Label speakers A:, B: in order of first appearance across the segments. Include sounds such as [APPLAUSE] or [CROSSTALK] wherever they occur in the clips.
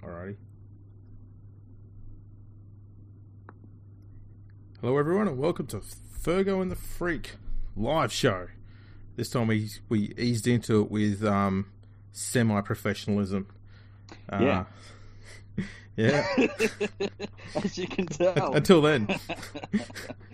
A: Alrighty. Hello, everyone, and welcome to Fergo and the Freak live show. This time we we eased into it with um, semi professionalism.
B: Yeah.
A: [LAUGHS]
B: [LAUGHS]
A: yeah.
B: As you can tell.
A: Until
B: [LAUGHS]
A: then,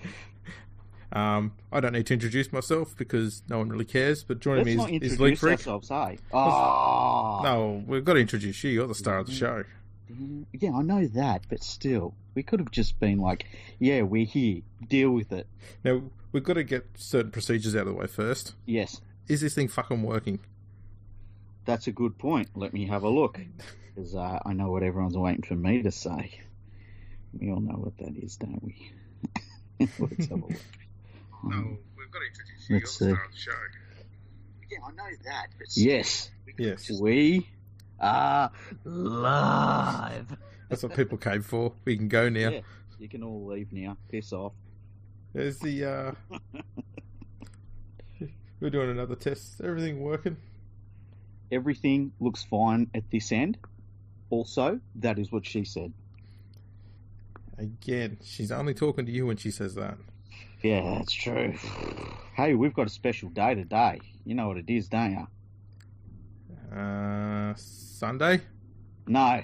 A: [LAUGHS] um, I don't need to introduce myself because no one really cares. But joining
B: Let's not
A: me is,
B: introduce
A: is Leak Freak.
B: ourselves, hey? Oh,
A: No, we've got to introduce you. You're the star of the
B: Mm-hmm.
A: show.
B: Yeah, I know that, but still, we could have just been like, yeah, we're here. Deal with it.
A: Now we've got to get certain procedures out of the way first.
B: Yes,
A: Is this thing fucking working?
B: that's a good point. Let me have a look. Because uh, I know what everyone's waiting for me to say. We all know what that is, don't we? [LAUGHS] Let's have a look.
A: Oh,
B: Um,
A: we've got to introduce
B: you. You're Let's the star see.
A: of the show.
B: yeah, I know that, but yes,
A: Yes,
B: we are live.
A: that's what people came for. We can go now.
B: Yeah. You can all leave now. Piss off.
A: There's the. uh [LAUGHS] We're doing another test. Everything working?
B: everything looks fine at this end. Also, that is what she said.
A: Again, she's only talking to you when she says that.
B: Yeah, that's true. Hey, we've got a special day today. You know what it is, don't you?
A: Uh, Sunday.
B: No,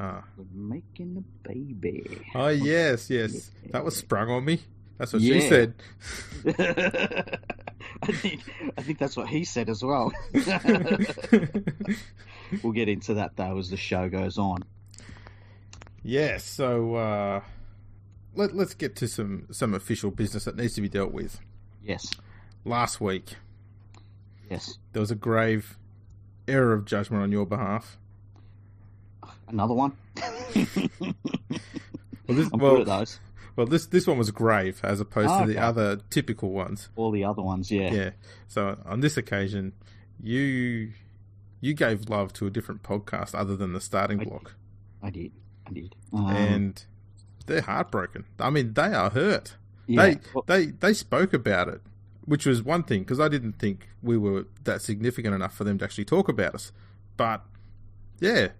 A: Ah.
B: we're making a baby. [LAUGHS]
A: Oh yes, yes. That was sprung on me. That's what she
B: Yeah.
A: said. [LAUGHS]
B: I think I think that's what he said as
A: [LAUGHS]
B: well. we'll get into that though as the show goes on.
A: Yes, so uh, let, let's get to some, some official business that needs to be dealt with.
B: Yes,
A: Last week,
B: yes.
A: there was a grave error of judgment on your behalf.
B: Another one. [LAUGHS]
A: Well, this,
B: I'm good at
A: well,
B: those.
A: well this, this one was grave as opposed
B: Oh,
A: to the
B: okay.
A: other typical ones.
B: All the other ones,
A: Yeah. So on this occasion, you you gave love to a different podcast other than the starting
B: I-
A: block,
B: I did. I did. Um,
A: and they're heartbroken. I mean, they are hurt.
B: yeah.
A: They they they spoke about it, which was one thing because I didn't think we were that significant enough for them to actually talk about us. But yeah,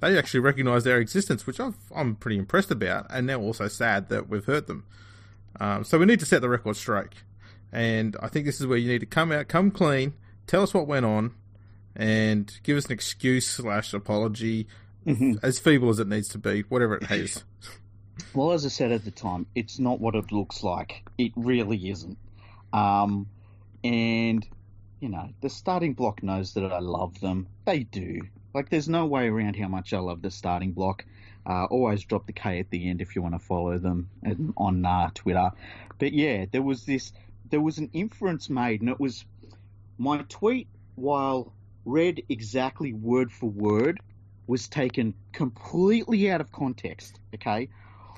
A: they actually recognised our existence, which I've, I'm pretty impressed about, and now also sad that we've hurt them. Um, so we need to set the record straight, and I think this is where you need to come out, come clean, tell us what went on, and give us an excuse slash apology,
B: Mhm.
A: as feeble as it needs to be, whatever it is.
B: Well, as I said at the time, it's not what it looks like. It really isn't. Um, and, you know, the starting block knows that I love them. They do. Like, there's no way around how much I love the starting block. Uh, always drop the K at the end if you want to follow them and on uh, Twitter. But yeah, there was this, there was an inference made, and it was my tweet, while read exactly word for word, was taken completely out of context. Okay.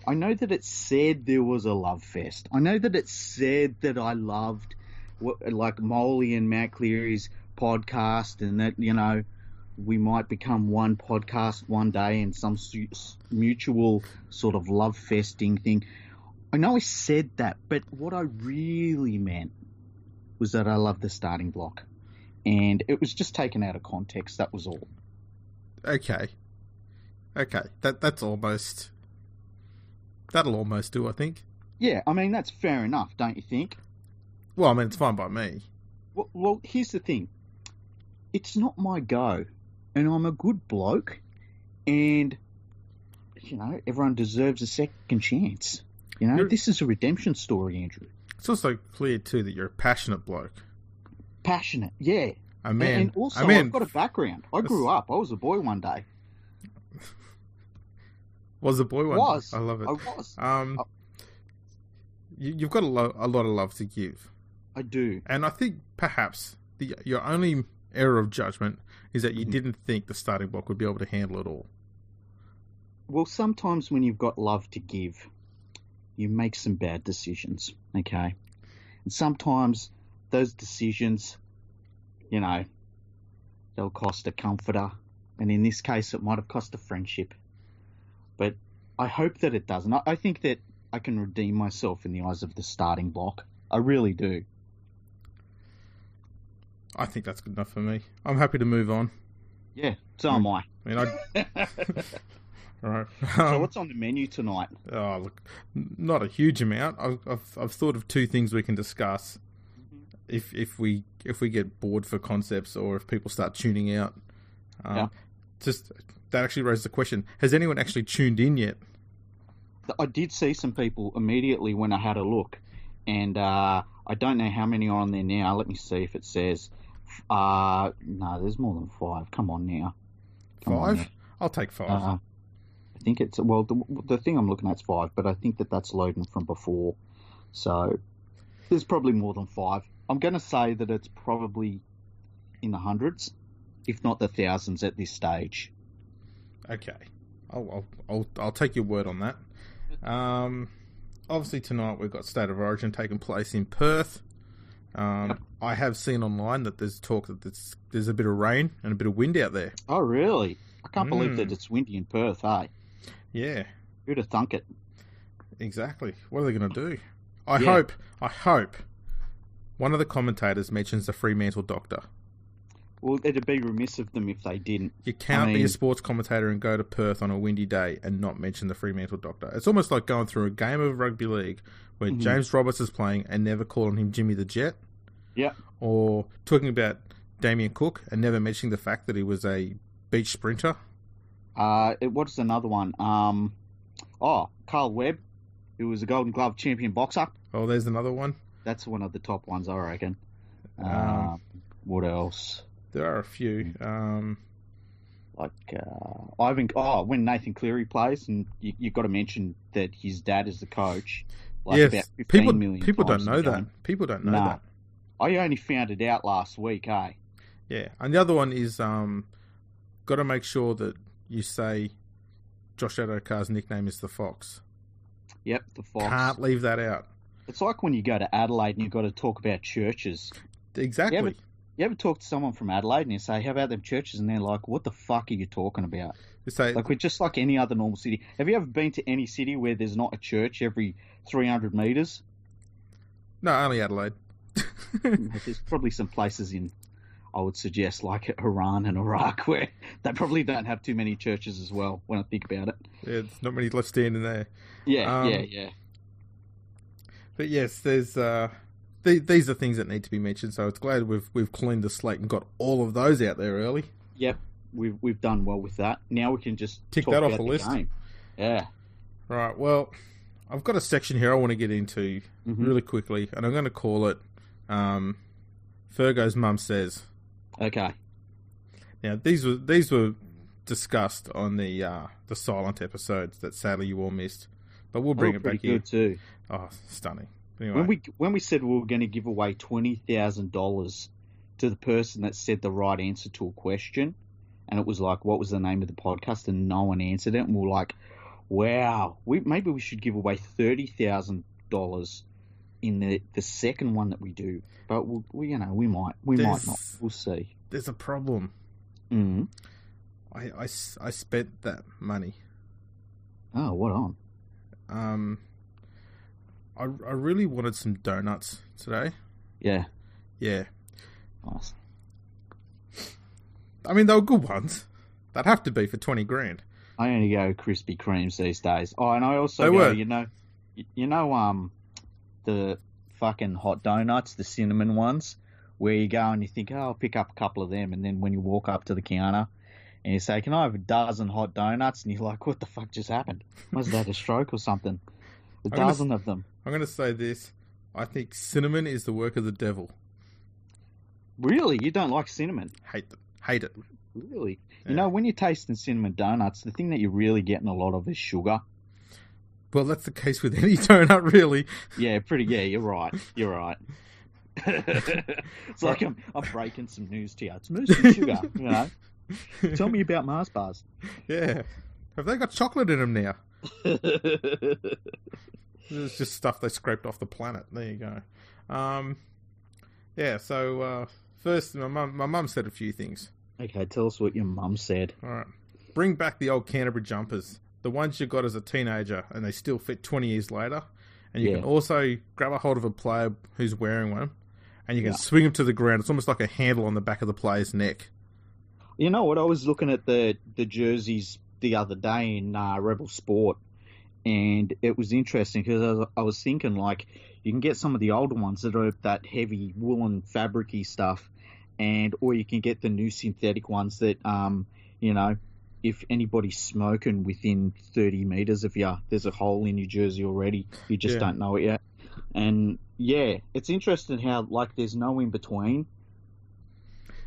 B: I know that it said there was a love fest. I know that it said that I loved what, like Molly and Matt Cleary's podcast, and that you know we might become one podcast one day and some su- s- mutual sort of love festing thing. I know I said that, but what I really meant was that I love the starting block, and it was just taken out of context. That was all.
A: okay, okay. That that's almost that'll almost do. I think.
B: Yeah, I mean that's fair enough, don't you think?
A: Well, I mean, it's fine by me.
B: Well, well, here's the thing. It's not my go, and I'm a good bloke, and you know everyone deserves a second chance. You know
A: You're-
B: this is a redemption story, Andrew.
A: It's also clear too that you're a passionate bloke.
B: Passionate, yeah.
A: A
B: A-
A: man.
B: and also,
A: a man
B: I've got a background. I grew up. I was a boy one day.
A: was a boy one.
B: Was
A: I love it.
B: I was.
A: Um,
B: Oh.
A: you, you've got a, lo- a lot of love to give,
B: I do.
A: and I think perhaps the, your only error of judgment is that you
B: Mhm.
A: didn't think the starting block would be able to handle it all.
B: Well, sometimes when you've got love to give, you make some bad decisions, okay? And sometimes those decisions, you know, they'll cost a comforter. And in this case, it might have cost a friendship. But I hope that it doesn't. I, I think that I can redeem myself in the eyes of the starting block. I really do.
A: I think that's good enough for me. I'm happy to move on.
B: [LAUGHS] Yeah, so am I.
A: I [LAUGHS] mean, I, All right.
B: so
A: Um,
B: what's on the menu tonight?
A: Oh, look, n- not a huge amount. I've, I've I've thought of two things we can discuss. If if we if we get bored for concepts or if people start tuning out, um,
B: Yeah.
A: just that actually raises the question: Has anyone actually tuned in yet?
B: I did see some people immediately when I had a look, and uh, I don't know how many are on there now. Let me see if it says. Uh, no, there's more than five. Come on now. Come on
A: Five? I'll take five.
B: now. Uh, I think it's well. The, the thing I'm looking at's five, but I think that that's loading from before, so there's probably more than five. I'm going to say that it's probably in the hundreds, if not the thousands, at this stage.
A: Okay, I'll, I'll I'll I'll take your word on that. Um, obviously tonight we've got State of Origin taking place in Perth. Um, I have seen online that there's talk that there's, there's a bit of rain and a bit of wind out there.
B: Oh, really? Hmm. I can't believe
A: Mm.
B: that it's windy in Perth. Hey,
A: Yeah,
B: who'd have thunk it?
A: Exactly. What are they going to do? I
B: Yeah.
A: hope. I hope. One of the commentators mentions the Fremantle Doctor.
B: Well, it'd be remiss of them if they didn't.
A: You can't be
B: mean-
A: a sports commentator and go to Perth on a windy day and not mention the Fremantle Doctor. It's almost like going through a game of rugby league where
B: Mhm.
A: James Roberts is playing and never calling him Jimmy the Jet.
B: Yep.
A: Or talking about Damien Cook and never mentioning the fact that he was a beach sprinter.
B: Uh, it- what's another one? Um, oh, Carl Webb, who was a Golden Glove champion boxer.
A: Oh, there's another one.
B: That's one of the top ones, I reckon. Um,
A: Um,
B: what else?
A: There are a
B: Mm.
A: few. Um,
B: Like uh, Ivan. Oh, when Nathan Cleary plays, and you, you've got to mention that his dad is the coach. Like about
A: yes,
B: 15
A: people
B: million
A: people don't
B: times in
A: know
B: the
A: that.
B: game.
A: People don't know
B: Nah.
A: that.
B: I only found it out last week. Eh?
A: Yeah, and the other one is um, got to make sure that you say Josh Adokar's nickname is the Fox.
B: Yep, the Fox.
A: Can't leave that out.
B: It's like when you go to Adelaide and you've got to talk about churches.
A: Exactly.
B: Yeah, You ever talk to someone from Adelaide and you say, "How about them churches?" and they're like, "What the fuck are you talking about?"
A: They say
B: Like we're just like any other normal city. Have you ever been to any city where there's not a church every 300 meters?
A: no, only Adelaide. [LAUGHS]
B: there's probably some places in, I would suggest, like Iran and Iraq, [LAUGHS] where they probably don't have too many churches as well. When I think about it,
A: yeah, there's not many left standing there.
B: yeah,
A: Um,
B: yeah, yeah.
A: But yes, there's uh, th- these are things that need to be mentioned. So it's glad we've we've cleaned the slate and got all of those out there early.
B: Yep, we've we've done well with that. Now we can just
A: Tick
B: talk
A: that off
B: about
A: the list.
B: Game. Yeah.
A: Right. Well, I've got a section here I want to get into
B: Mhm.
A: really quickly, and I'm going to call it um, Fergo's mum says.
B: Okay.
A: Now these were these were discussed on the uh, the silent episodes that sadly you all missed, but we'll bring
B: They
A: it
B: were
A: back
B: Oh, pretty
A: here.
B: good too.
A: Oh, stunning! Anyway,
B: When we when we said we were going to give away twenty thousand dollars to the person that said the right answer to a question, and it was like, what was the name of the podcast, and no one answered it, and we are like, wow, we maybe we should give away thirty thousand dollars in the the second one that we do, but we, we you know we might we might not
A: There's-
B: we'll see.
A: there's a problem.
B: Mm.
A: I, I s- I spent that money.
B: Oh, what on?
A: Um, I I really wanted some donuts today.
B: Yeah,
A: Yeah,
B: nice.
A: I mean they were good ones. That'd have to be for twenty grand.
B: I only go Krispy Kremes these days. Oh, and I also
A: They
B: go,
A: were.
B: you know, y- you know, um, the fucking hot donuts, the cinnamon ones, where you go and you think, oh, I'll pick up a couple of them, and then when you walk up to the counter and you say, can I have a dozen hot donuts? And you're like, what the fuck just happened? Was that a stroke or something?
A: [LAUGHS]
B: A
A: gonna
B: dozen of them.
A: I'm going to say this. I think cinnamon is the work of the devil.
B: Really, you don't like cinnamon?
A: Hate them. Hate it.
B: Really?
A: Yeah.
B: You know, when you're tasting cinnamon donuts, the thing that you're really getting a lot of is sugar.
A: Well, that's the case with any [LAUGHS] donut, really.
B: Yeah, pretty. Yeah, you're right. You're right. it's like I'm, I'm breaking some news to you. It's mousse and sugar. You know, tell me about Mars bars.
A: [LAUGHS] Yeah. Have they got chocolate in them now? It's just stuff they scraped off the planet. There you go. Um, yeah. So uh, first, my mum, my mum said a few things.
B: okay, tell us what your mum said.
A: All right, bring back the old Canterbury jumpers, the ones you got as a teenager, and they still fit twenty years later. And you
B: Yeah.
A: can also grab a hold of a player who's wearing one, and you can
B: Yeah.
A: swing him to the ground. It's almost like a handle on the back of the player's neck.
B: You know what? I was looking at the the jerseys the other day in uh, Rebel Sport, and it was interesting because I, was- I was thinking like you can get some of the older ones that are that heavy woolen fabricy stuff, and or you can get the new synthetic ones that um you know if anybody's smoking within 30 meters of you, there's a hole in your jersey already. You just
A: Yeah.
B: don't know it yet. And yeah, it's interesting how like there's no in between.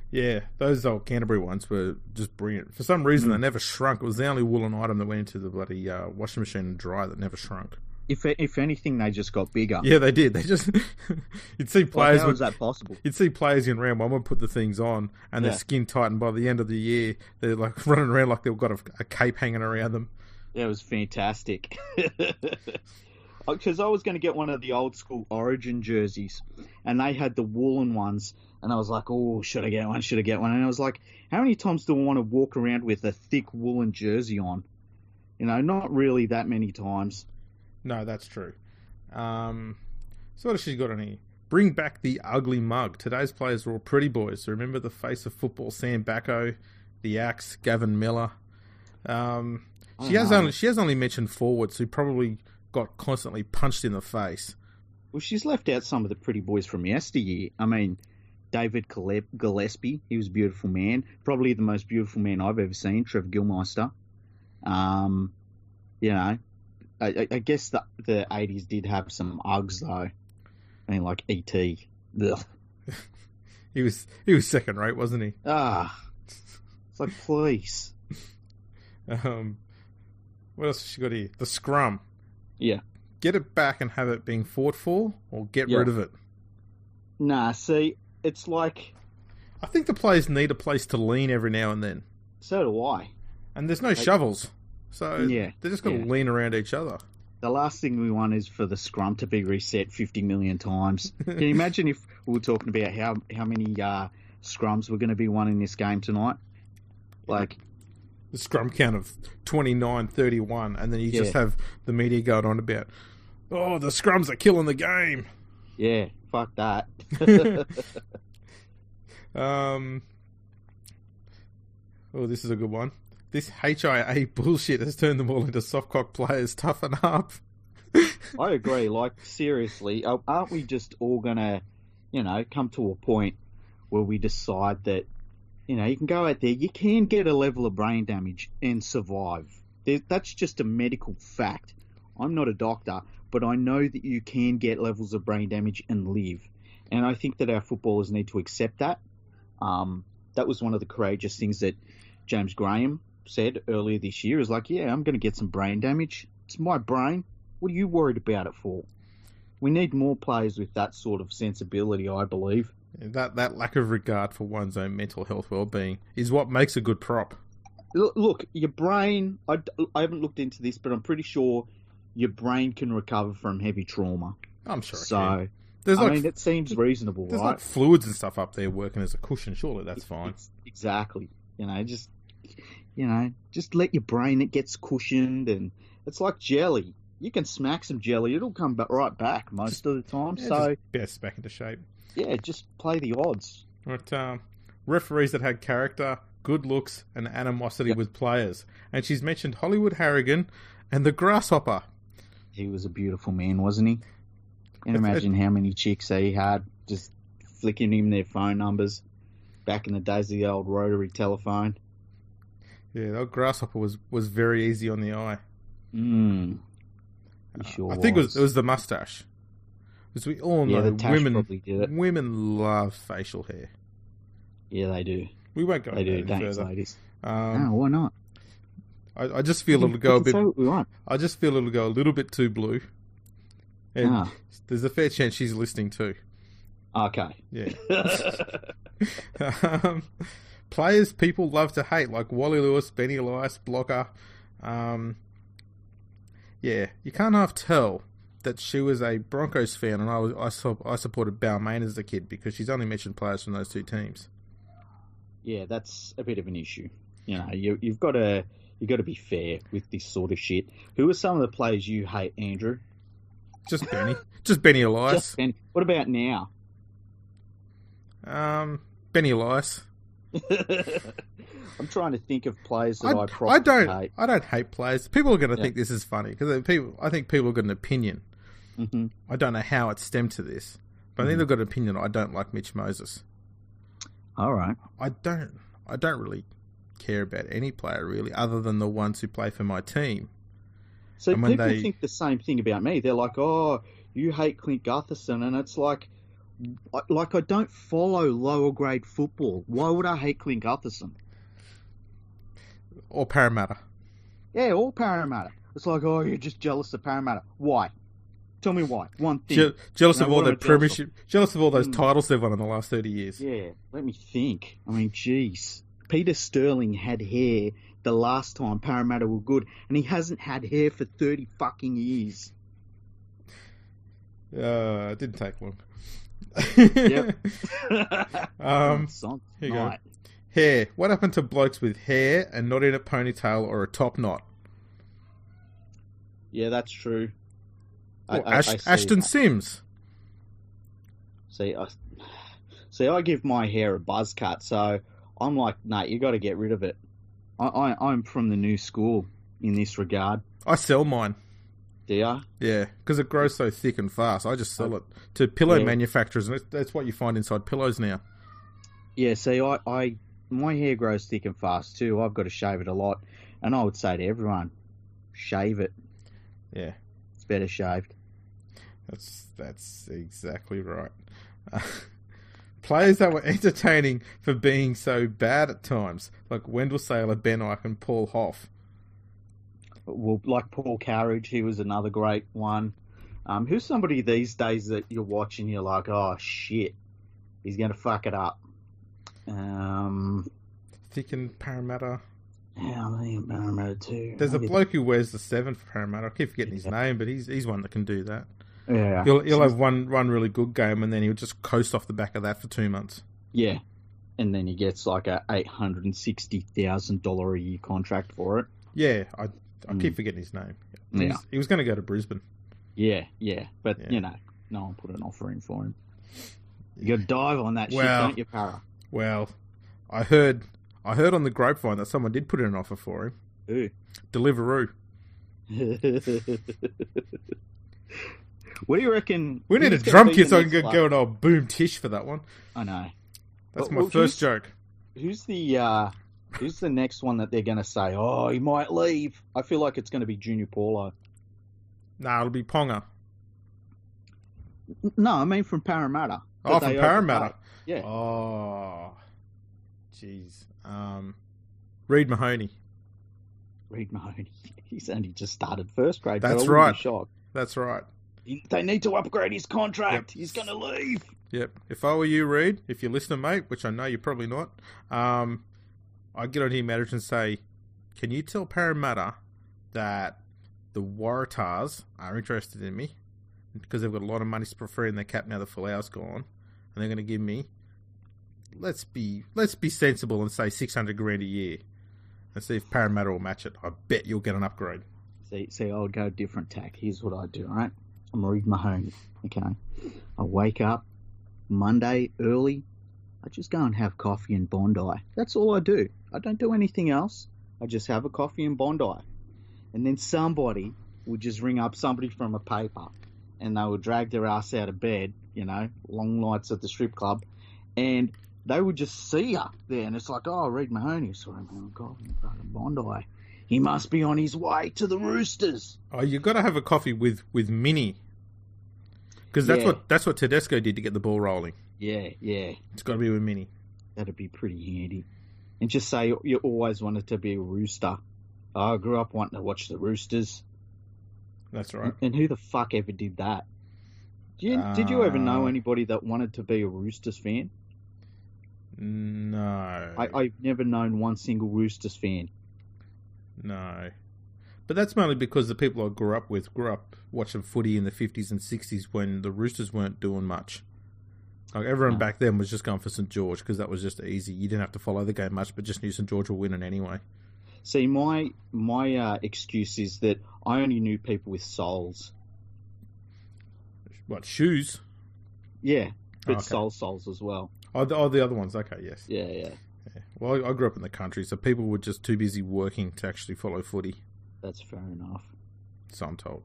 A: Yeah, those old Canterbury ones were just brilliant. For some reason,
B: Hmm.
A: they never shrunk. It was the only woolen item that went into the bloody uh, washing machine and dryer that never shrunk.
B: If if anything, they just got bigger.
A: Yeah, they did. They just [LAUGHS] you'd see
B: Like,
A: players
B: how
A: with
B: is that possible?
A: you'd see players in round one would put the things on and
B: Yeah.
A: their skin tightened by the end of the year. They're like [LAUGHS] running around like they've got a, a cape hanging around them.
B: That was fantastic. [LAUGHS] Because I was going to get one of the old school Origin jerseys, and they had the woolen ones, and I was like, "Oh, should I get one? Should I get one?" And I was like, "How many times do I want to walk around with a thick woolen jersey on?" You know, not really that many times.
A: No, that's true. Um, so what has she got on here? Bring back the ugly mug. Today's players are all pretty boys. Remember the face of football, Sam Bacco, the axe, Gavin Miller. Um, she
B: Oh,
A: has
B: no.
A: only she has only mentioned forwards who probably got constantly punched in the face.
B: Well, she's left out some of the pretty boys from yesteryear. I mean, David Gillep- Gillespie, he was a beautiful man, probably the most beautiful man I've ever seen. Trevor Gilmeister, um, you know, I- I, I guess the the eighties did have some ugs though. I mean, like E ET. Ugh.
A: He was he was second rate, wasn't he?
B: Ah, it's like please.
A: Um, what else has she got here? The scrum.
B: Yeah.
A: Get it back and have it being fought for, or get
B: Yeah.
A: rid of it.
B: Nah, see, it's like
A: I think the players need a place to lean every now and then.
B: so do I.
A: and there's no shovels, so
B: Yeah,
A: they're just going to
B: yeah.
A: lean around each other.
B: The last thing we want is for the scrum to be reset 50 million times. Can you imagine if we were talking about how, how many uh, scrums were going to be won in this game tonight? Like,
A: The scrum count of 29, 31, and then you just
B: Yeah.
A: have the media going on about, oh, the scrums are killing the game.
B: yeah, fuck that. [LAUGHS]
A: [LAUGHS] Um, oh, this is a good one. This HIA bullshit has turned them all into softcock players. Toughen up.
B: [LAUGHS] I agree. Like, seriously, a- aren't we just all going to, you know, come to a point where we decide that, you know, you can go out there, you can get a level of brain damage and survive? There- That's just a medical fact. I'm not a doctor, but I know that you can get levels of brain damage and live. And I think that our footballers need to accept that. Um, that was one of the courageous things that James Graham said earlier this year is like, yeah, I'm going to get some brain damage. It's my brain. What are you worried about it for? We need more players with that sort of sensibility, I believe.
A: That that lack of regard for one's own mental health well being is what makes a good prop.
B: L- Look, your brain, I, d- I haven't looked into this, but I'm pretty sure your brain can recover from heavy trauma.
A: I'm sure. it
B: so,
A: can.
B: I
A: there's like
B: mean, it seems reasonable,
A: there's
B: right?
A: like fluids and stuff up there working as a cushion. Surely that's fine.
B: Ex- Exactly. You know, just you know, just let your brain it gets cushioned and it's like jelly. You can smack some jelly, it'll come ba right back most of the time.
A: Yeah,
B: so
A: just best back into shape.
B: yeah, just play the odds.
A: But um, referees that had character, good looks, and animosity with players. And she's mentioned Hollywood Harrigan and the grasshopper.
B: He was a beautiful man, wasn't he? And
A: It's-
B: imagine how many chicks he had just flicking him their phone numbers back in the days of the old rotary telephone.
A: Yeah, that grasshopper was was very easy on the eye.
B: Mm. He sure
A: Uh, I think it was it was the mustache. Because we all know
B: yeah, the tash
A: women
B: probably did it.
A: women love facial hair.
B: Yeah, they do.
A: We won't go
B: They do.
A: into that any
B: Thanks,
A: further.
B: ladies. no,
A: Um,
B: why not?
A: I, I just feel it'll go a
B: We
A: bit.
B: can say what we want.
A: I just feel it'll go a little bit too blue. And
B: Ah,
A: there's a fair chance she's listening too.
B: okay. [LAUGHS]
A: Yeah. um, players people love to hate, like Wally Lewis, Benny Elias, Blocker. Um, yeah, you can't half tell that she was a Broncos fan, and I was, I, su- I supported Balmain as a kid because she's only mentioned players from those two teams.
B: yeah, that's a bit of an issue. You know, you, you've got to you've got to be fair with this sort of shit. Who are some of the players you hate, Andrew?
A: Just
B: [LAUGHS]
A: Benny, just Benny Elias,
B: Just Ben. What about now?
A: um, Benny Elias,
B: [LAUGHS] I'm trying to think of players
A: I,
B: that I, probably
A: I don't.
B: hate.
A: I don't hate players. People are going to
B: Yeah.
A: think this is funny because people. I think people have got an opinion.
B: Mhm.
A: I don't know how it stemmed to this, but
B: Mm-hmm.
A: I think they've got an opinion. I don't like Mitch Moses.
B: All right.
A: I don't. I don't really care about any player really, other than the ones who play for my team.
B: So
A: And when
B: people
A: they-
B: think the same thing about me. They're like, "Oh, you hate Clint Gutherson," and it's like, I- like I don't follow lower grade football. Why would I hate Clint Gutherson?
A: Or Parramatta.
B: Hmm. Yeah, all Parramatta. It's like, oh, you're just jealous of Parramatta. Why? Tell me why. One thing.
A: Je- jealous
B: No,
A: of all
B: what am
A: their
B: I jealous of?
A: premiership. Jealous of all those
B: Mm.
A: titles they've won in the last thirty years.
B: Yeah, let me think. I mean, jeez. Peter Sterling had hair the last time Parramatta were good, and he hasn't had hair for 30 fucking years.
A: Uh, it didn't take long.
B: Yep.
A: [LAUGHS]
B: [LAUGHS]
A: Um,
B: Son
A: here you go.
B: night.
A: hair. What happened to blokes with hair and not in a ponytail or a top knot?
B: Yeah, that's true.
A: Or Oh, Ash- Ashton Sims.
B: See, I, see, I give my hair a buzz cut, so I'm like, Nate, you got to get rid of it. I, I, I'm from the new school in this regard.
A: I sell mine.
B: Do ya?
A: Yeah, because it grows so thick and fast. I just sell it to pillow
B: Yeah.
A: manufacturers, and it's- that's what you find inside pillows now.
B: Yeah, see, I, I, my hair grows thick and fast too. I've got to shave it a lot, and I would say to everyone, shave it.
A: Yeah,
B: It's better shaved.
A: that's that's exactly right. [LAUGHS] players that were entertaining for being so bad at times, like Wendell Sailor, Ben Ike, and Paul Hoff.
B: Well, like Paul Carriage, he was another great one. Um, who's somebody these days that you're watching, you're like, oh shit, he's gonna fuck it up. Um,
A: Thick and Parramatta.
B: yeah, I think Parramatta too.
A: There's a
B: Maybe-
A: bloke who wears the seven for Parramatta. I keep forgetting his name, but he's he's one that can do that.
B: Yeah,
A: He'll he'll have one one really good game, and then he'll just coast off the back of that for two months.
B: yeah. And then he gets like a eight hundred and sixty thousand dollar a year contract for it.
A: Yeah, I I keep
B: Mm.
A: forgetting his name. He
B: Yeah.
A: was, he was going to go to Brisbane.
B: Yeah, yeah, but
A: Yeah.
B: you know, no one put an offer in for him. You got to dive on that
A: Well.
B: shit, don't you, Para?
A: Well, I heard I heard on the grapevine that someone did put in an offer for him.
B: Ooh.
A: Deliveroo.
B: what do you reckon?
A: We need a
B: who's gonna
A: drum
B: be
A: kit
B: the
A: so I can
B: next
A: go,
B: one?
A: go and I'll boom Tish for that one.
B: I know.
A: That's
B: Well,
A: my
B: well,
A: first joke.
B: Who's the uh, who's the next one that they're going to say? Oh, he might leave. I feel like it's going to be Junior Paulo.
A: Nah, it'll be Ponga.
B: N- No, I mean from Parramatta. that
A: Oh,
B: they
A: from
B: overpaid.
A: Parramatta.
B: Yeah.
A: Oh, jeez. Um, Reed Mahoney.
B: Reed Mahoney. [LAUGHS] He's only just started first grade.
A: That's
B: but I wouldn't
A: right.
B: Be shocked.
A: That's right.
B: He- They need to upgrade his contract.
A: Yep.
B: He's going to leave.
A: Yep. If I were you, Reed, if you're listening, mate, which I know you're probably not, um, I'd get on here, Matters, and say, can you tell Parramatta that the Waratahs are interested in me because they've got a lot of money for free in their cap now the full hour's gone, and they're going to give me. Let's be let's be sensible and say six hundred grand a year, and see if Parramatta will match it. I bet you'll get an upgrade.
B: See, see, I'll go different tack. Here's what I do, right? I'm Reed Mahoney. Okay. I wake up Monday early. I just go and have coffee and Bondi. That's all I do. I don't do anything else. I just have a coffee and Bondi. And then somebody would just ring up somebody from a paper and they would drag their ass out of bed, you know, long nights at the strip club. And they would just see her there. And it's like, oh, Reed Mahoney. Sorry, man. God, fucking Bondi. He must be on his way to the Roosters.
A: Oh, you got to have a coffee with with Mini, because that's
B: Yeah.
A: what that's what Tedesco did to get the ball rolling.
B: Yeah, yeah,
A: It's got to be with Mini.
B: that'd be pretty handy. And just say you- you always wanted to be a rooster. I grew up wanting to watch the Roosters.
A: That's right.
B: And who the fuck ever did that? Did you, did you ever know
A: Uh,
B: anybody that wanted to be a Roosters fan?
A: No,
B: I, I've never known one single Roosters fan.
A: no. But that's mainly because the people I grew up with grew up watching footy in the fifties and sixties when the Roosters weren't doing much. Like everyone
B: Yeah.
A: back then was just going for St George because that was just easy. You didn't have to follow the game much, but just knew St George were winning anyway.
B: See, my my uh, excuse is that I only knew people with souls.
A: What shoes?
B: Yeah, but
A: Okay.
B: soul souls as well.
A: Oh, the, oh, the other ones. Okay, yes.
B: Yeah, yeah.
A: Well, I, I grew up in the country, so people were just too busy working to actually follow footy.
B: That's fair enough.
A: So I'm told.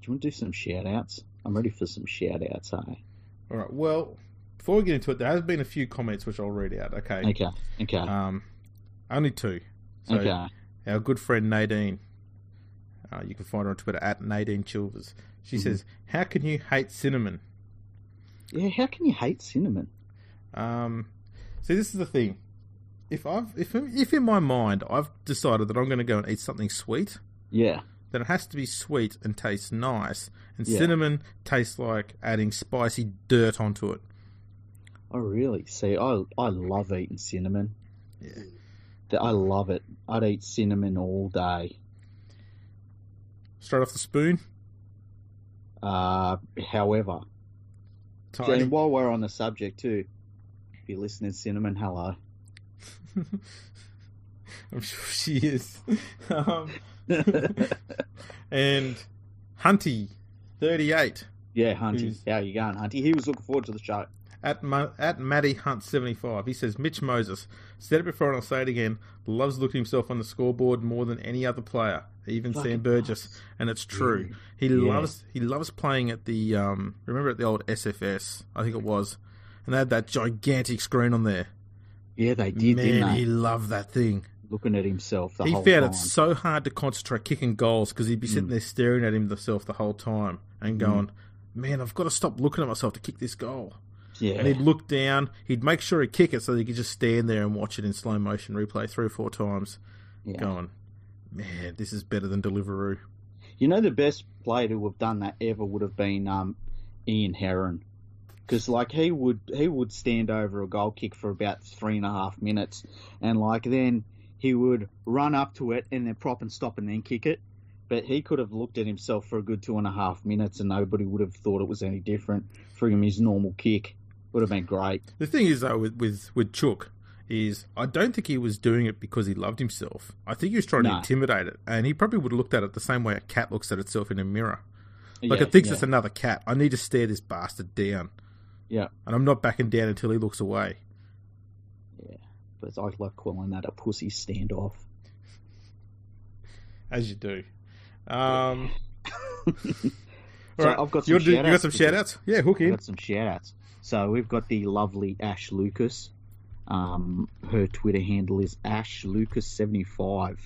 B: Do you want to do some shout outs? I'm ready for some eh? shout outs, hey?
A: All right. Well, before we get into it, there has been a few comments which I'll read out. Okay.
B: Okay, okay,
A: Um, only two. So
B: okay.
A: our good friend Nadine. Uh, you can find her on Twitter at Nadine Chilvers. She
B: Mhm.
A: says, "How can you hate cinnamon?"
B: Yeah, how can you hate cinnamon?
A: Um, see, this is the thing. If I've if if in my mind I've decided that I'm going to go and eat something sweet,
B: Yeah,
A: then it has to be sweet and taste nice. And
B: Yeah.
A: cinnamon tastes like adding spicy dirt onto it.
B: oh really? See, I I love eating cinnamon.
A: Yeah.
B: Th- I love it. I'd eat cinnamon all day.
A: Straight off the spoon.
B: Uh, however,
A: Tiny.
B: and while we're on the subject too, if you're listening, cinnamon, hello.
A: [LAUGHS]
B: [LAUGHS]
A: I'm sure she is. [LAUGHS] um, [LAUGHS] and Hunty, 38,
B: yeah, Hunty,
A: Who's-
B: how you going, Hunty? He was looking forward to the show.
A: at, Mo- at Matty Hunt, 75. He says, Mitch Moses, said it before and I'll say it again, loves looking himself on the scoreboard more than any other player, even
B: Fucking
A: Sam Burgess. And it's true. He
B: Yeah.
A: loves he loves playing at the, um, remember at the old SFS, I think it was, and they had that gigantic screen on there.
B: Yeah, they did, didn't
A: Man,
B: they?
A: he loved that thing.
B: Looking at himself the
A: he
B: whole
A: found
B: time. Mm.
A: it so hard to concentrate kicking goals because he'd be sitting there staring at himself the whole time and going, "Man, I've got to stop looking at myself to kick this goal." And
B: Yeah,
A: he'd look down. He'd make sure he'd kick it so that he could just stand there and watch it in slow motion replay three or four times,
B: yeah.
A: going, "Man, this is better than Deliveroo."
B: You know, the best player to have done that ever would have been um, Ian Heron, because like he would he would stand over a goal kick for about three and a half minutes, and like then he would run up to it and then prop and stop and then kick it. But he could have looked at himself for a good two and a half minutes, and nobody would have thought it was any different from him. His normal kick would have been great.
A: The thing is though with with, with Chook is I don't think he was doing it because he loved himself. I think he was trying to
B: No.
A: intimidate it, and he probably would have looked at it the same way a cat looks at itself in a mirror. Like
B: Yeah,
A: it thinks
B: yeah.
A: it's another cat. I need to stare this bastard down.
B: Yeah.
A: And I'm not backing down until he looks away.
B: But I like calling that a pussy standoff.
A: As you do. Um
B: [LAUGHS] So I've got some
A: You're do- you got
B: shout-outs
A: some
B: to do.
A: shout outs? Yeah, hook
B: We've
A: in.
B: got some shout outs. So we've got the lovely Ash Lucas. Um, her Twitter handle is Ash Lucas75.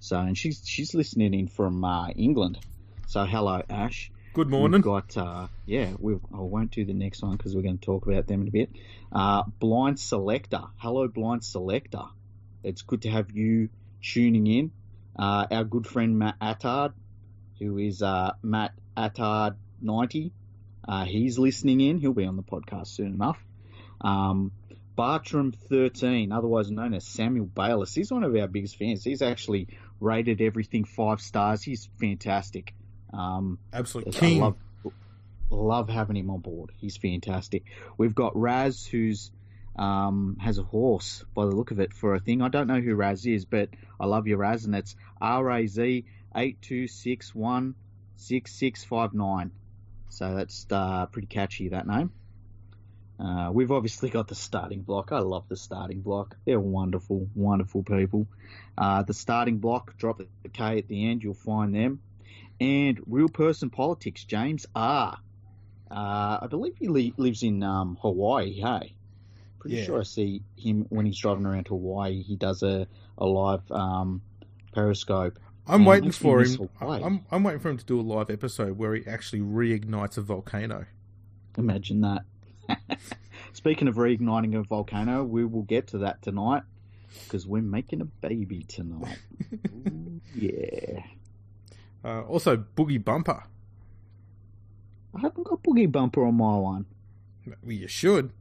B: So, and she's she's listening in from uh, England. So, hello, Ash.
A: Good
B: We've
A: morning.
B: got, uh, yeah, we I won't do the next one because we're going to talk about them in a bit. Uh, Blind Selector. Hello, Blind Selector. It's good to have you tuning in. Uh, our good friend Matt Attard, who is uh, Matt Attard90, uh, he's listening in. He'll be on the podcast soon enough. Um, Bartram13, otherwise known as Samuel Bayless, he's one of our biggest fans. He's actually rated everything five stars. He's fantastic. Um,
A: Absolute
B: Yes,
A: king.
B: I love, love having him on board. He's fantastic. We've got Raz, who's um, has a horse by the look of it for a thing. I don't know who Raz is, but I love you, Raz, and it's R A Z eight two six one six six five nine. So that's uh, pretty catchy that name. Uh, we've obviously got the starting block. I love the starting block. They're wonderful, wonderful people. Uh, the starting block, drop the K at the end, you'll find them and real person politics, James R. Uh, I believe he li- lives in um, Hawaii. Hey, pretty
A: Yeah.
B: sure I see him when he's driving around Hawaii. He does a a live um, periscope.
A: I'm
B: Yeah,
A: waiting
B: he's
A: for
B: in
A: him.
B: Hawaii.
A: I'm I'm waiting for him to do a live episode where he actually reignites a volcano.
B: Imagine that. [LAUGHS] Speaking of reigniting a volcano, we will get to that tonight because we're making a baby
A: [LAUGHS]
B: tonight. Ooh, yeah,
A: Uh, also Boogie Bumper.
B: I haven't got boogie bumper on my one.
A: Well, you should.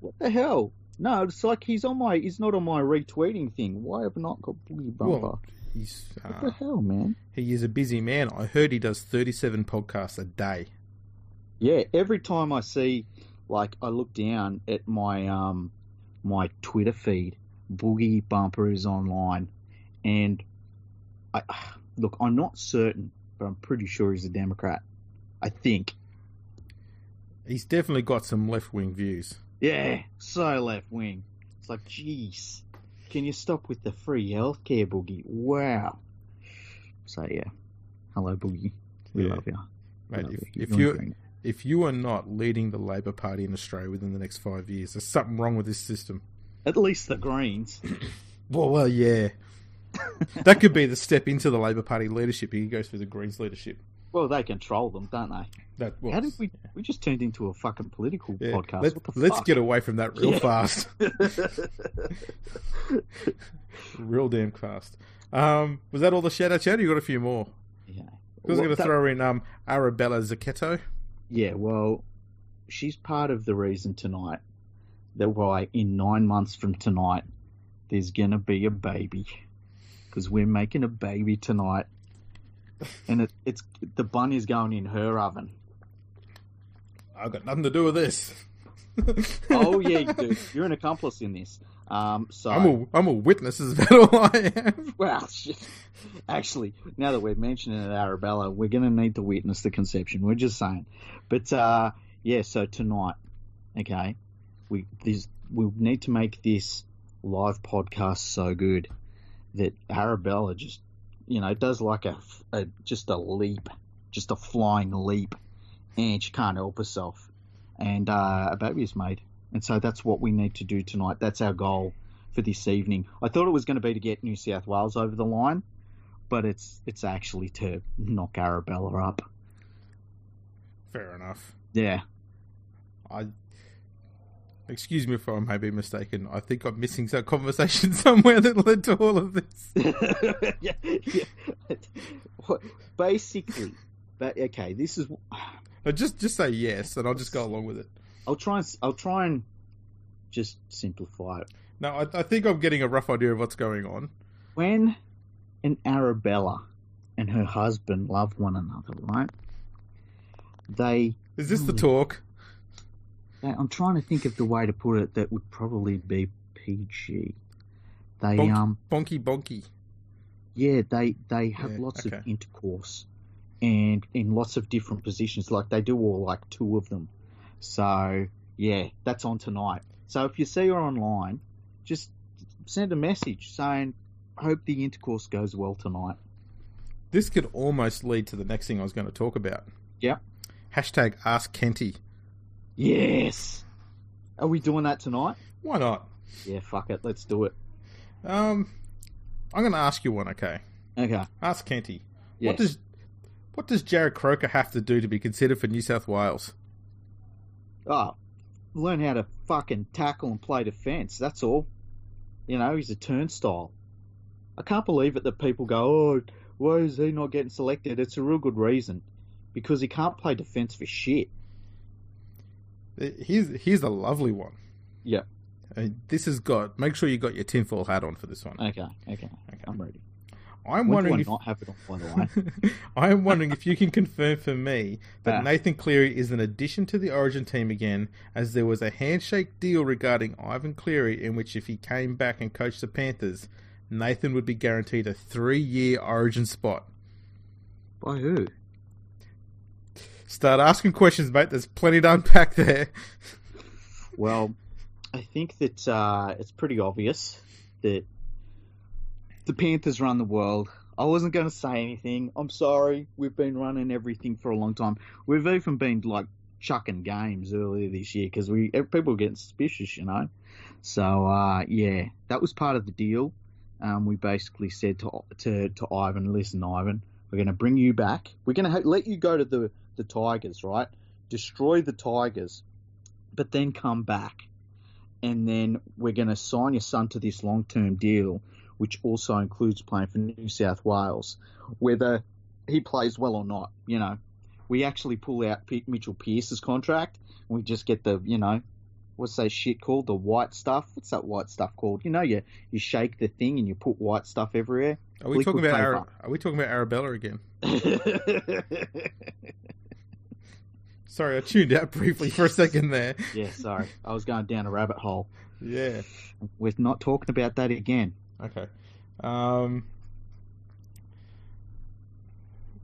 B: What the hell? No, it's like he's on my. He's not on my retweeting thing. Why have I not got boogie bumper?
A: Well, he's
B: What the
A: uh, [LAUGHS]
B: hell, man?
A: he is a busy man. I heard he does 37 podcasts a day.
B: Yeah, every time I see, like, I look down at my um my Twitter feed, Boogie Bumper is online, and I [SIGHS] look. I'm not certain, but I'm pretty sure he's a Democrat. I think.
A: He's definitely got some left wing views.
B: Yeah, so left wing. It's like, jeez. Can you stop with the free healthcare, Boogie? Wow. So yeah, hello, Boogie. We
A: Yeah.
B: love you. We
A: Mate,
B: love
A: if,
B: you. Keep
A: if
B: doing
A: you
B: your thing.
A: if you are not leading the Labor Party in Australia within the next five years, there's something wrong with this system.
B: at least the Greens.
A: Well, well, yeah. [LAUGHS] that could be the step into the Labor Party leadership. He goes through the Greens leadership.
B: Well, they control them, don't they?
A: That well,
B: How did we? We just turned into a fucking political
A: yeah.
B: podcast.
A: Let,
B: what the
A: let's
B: fuck?
A: get away from that real
B: Yeah. [LAUGHS]
A: fast, real damn fast. Um, was that all the shout out? Chat? You got a few more.
B: yeah.
A: 'Cause I was
B: Well,
A: going to
B: that-
A: throw in um, Arabella Zacchetto.
B: Yeah, well, she's part of the reason tonight that why in nine months from tonight there's gonna be a baby because we're making a baby tonight, and it, it's the bunny's going in
A: [LAUGHS]
B: her oven.
A: I've got nothing to do with this.
B: Oh
A: [LAUGHS]
B: yeah, you do. You're an accomplice in this. Um, so
A: I'm a I'm a witness. [LAUGHS] Is that all I am?
B: [LAUGHS] Well, shit. actually, now that we're mentioning it, Arabella, we're going to need to witness the conception. We're just saying, but uh, yeah. So tonight, okay, we this we need to make this live podcast so good that Arabella just you know does like a, a just a leap, just a flying leap, and she can't help herself, and uh, a baby is made, and so that's what we need to do tonight. That's our goal for this evening. I thought it was going to be to get New South Wales over the line, but it's it's actually to knock Arabella up.
A: Fair enough.
B: Yeah, [LAUGHS]
A: I excuse me if I may be mistaken. I think I'm missing some conversation [LAUGHS] somewhere that led to all of this.
B: yeah, yeah. What- Basically, but okay, this is.
A: No, just just say yes, and I'll just go along with it.
B: I'll try and s- I'll try and just simplify it.
A: No, I, I think I'm getting a rough idea of what's going on.
B: When an Arabella and her husband love one another, right? They,
A: Is this the
B: Hmm.
A: talk?
B: they I'm trying to think of the way to put it that would probably be PG. They
A: Bonk-
B: um
A: Bonky bonky.
B: Yeah, they they have
A: Yeah,
B: lots of
A: okay.
B: intercourse, and in lots of different positions. Like they do all like two of them. So yeah, that's on tonight. So if you see her online, just send a message saying, "Hope the intercourse goes well tonight."
A: This could almost lead to the next thing I was going to talk about.
B: Yep.
A: Hashtag ask Kenty.
B: Yes. Are we doing that tonight?
A: Why not?
B: Yeah, fuck it, let's do it.
A: Um, I'm going to ask you one. Okay.
B: Okay.
A: Ask Kenty.
B: Yes.
A: What does what does Jared Croker have to do to be considered for New South Wales?
B: Oh, learn how to fucking tackle and play defense. That's all. You know, he's a turnstile. I can't believe it that people go, oh, why is he not getting selected? It's a real good reason. Because he can't play defense for shit.
A: Here's here's a lovely one.
B: Yeah.
A: Uh, this has got. Make sure you got your tinfoil hat on for this one.
B: Okay, okay.
A: Okay.
B: I'm ready.
A: I'm
B: I'm
A: wondering
B: wondering
A: if [LAUGHS]
B: Uh, not have it on, by the way.
A: I am wondering if you can confirm for me that
B: Ah.
A: Nathan Cleary is an addition to the Origin team again, as there was a handshake deal regarding Ivan Cleary in which if he came back and coached the Panthers, Nathan would be guaranteed a three-year Origin spot.
B: [LAUGHS] By who?
A: Start asking questions, mate. There's plenty to unpack there.
B: Well, I think that uh, it's pretty obvious that the Panthers run the world. I wasn't going to say anything. I'm sorry. We've been running everything for a long time. We've even been like chucking games earlier this year because we people were getting suspicious, you know. So uh, yeah, that was part of the deal. Um, we basically said to to, to Ivan, listen, Ivan, we're going to bring you back. We're going to ha- let you go to the the Tigers, right? Destroy the Tigers but then come back. And then we're going to sign your son to this long term deal, which also includes playing for New South Wales, whether he plays well or not. You know, we actually pull out P- Mitchell Pearce's contract. And we just get the, you know, what's that shit called? The white stuff. What's that white stuff called? You know, you, you shake the thing and you put white stuff everywhere.
A: Are we
B: Liquid
A: talking about Ara-
B: paper.
A: Are we talking about Arabella again? Sorry, I tuned out [LAUGHS] briefly for a second there.
B: yeah, sorry. I was going down a rabbit hole.
A: Yeah.
B: We're not talking about that again.
A: Okay. Um,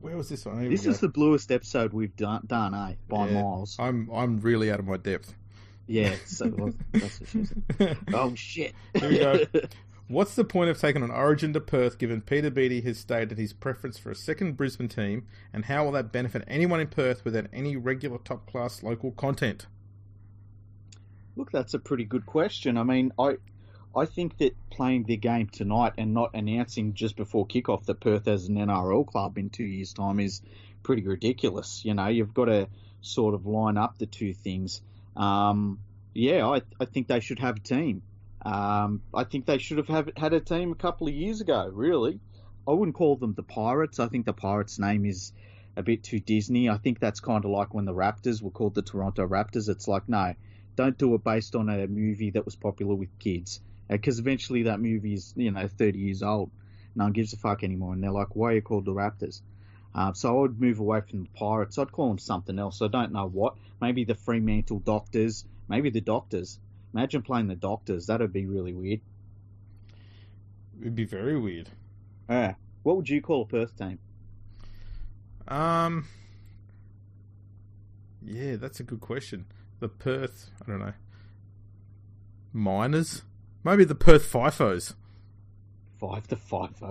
A: where was this one? Here we
B: This
A: go.
B: is the bluest episode we've done, done eh? By
A: Yeah.
B: miles.
A: [LAUGHS] I'm I'm really out of my
B: [LAUGHS]
A: depth. [LAUGHS]
B: Yeah. So well, that's what she said. Oh shit. [LAUGHS]
A: Here we go. [LAUGHS] What's the point of taking an origin to Perth given Peter Beattie has stated his preference for a second Brisbane team, and how will that benefit anyone in Perth without any regular top class local content?
B: Look, that's a pretty good question. I mean, I I think that playing their game tonight and not announcing just before kickoff that Perth has an NRL club in two years' time is pretty ridiculous. You know, you've got to sort of line up the two things. Um, yeah, I, I think they should have a team. Um, I think they should have have had a team a couple of years ago. Really, I wouldn't call them the Pirates. I think the Pirates name is a bit too Disney. I think that's kind of like when the Raptors were called the Toronto Raptors. It's like no, don't do it based on a movie that was popular with kids because eventually that movie is you know 30 years old no one gives a fuck anymore and they're like why are you called the raptors uh, so i would move away from the pirates i'd call them something else i don't know what maybe the fremantle doctors maybe the doctors imagine playing the doctors that'd be really weird
A: It'd be very weird.
B: yeah what would you call a perth team
A: Um, yeah, that's a good question. The Perth, I don't know, miners, maybe the Perth FIFOs.
B: five to five [LAUGHS]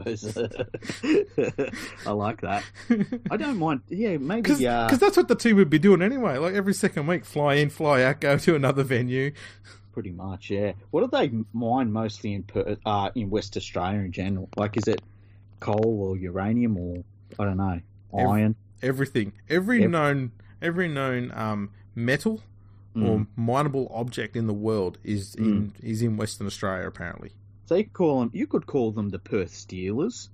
B: i like that i don't mind yeah
A: [LAUGHS]
B: maybe uh,
A: Because
B: yeah
A: that's what the team would be doing anyway. Like every second week, fly in, fly out, go to another venue.
B: pretty much yeah what do they mine mostly in Perth, uh, in west australia in general like is it coal or uranium or i don't know
A: Every-
B: iron
A: Everything, every
B: Yep.
A: known, every known um, metal
B: Mm.
A: or mineable object in the world is in is in Western Australia apparently.
B: They call them. You could call them the Perth Steelers.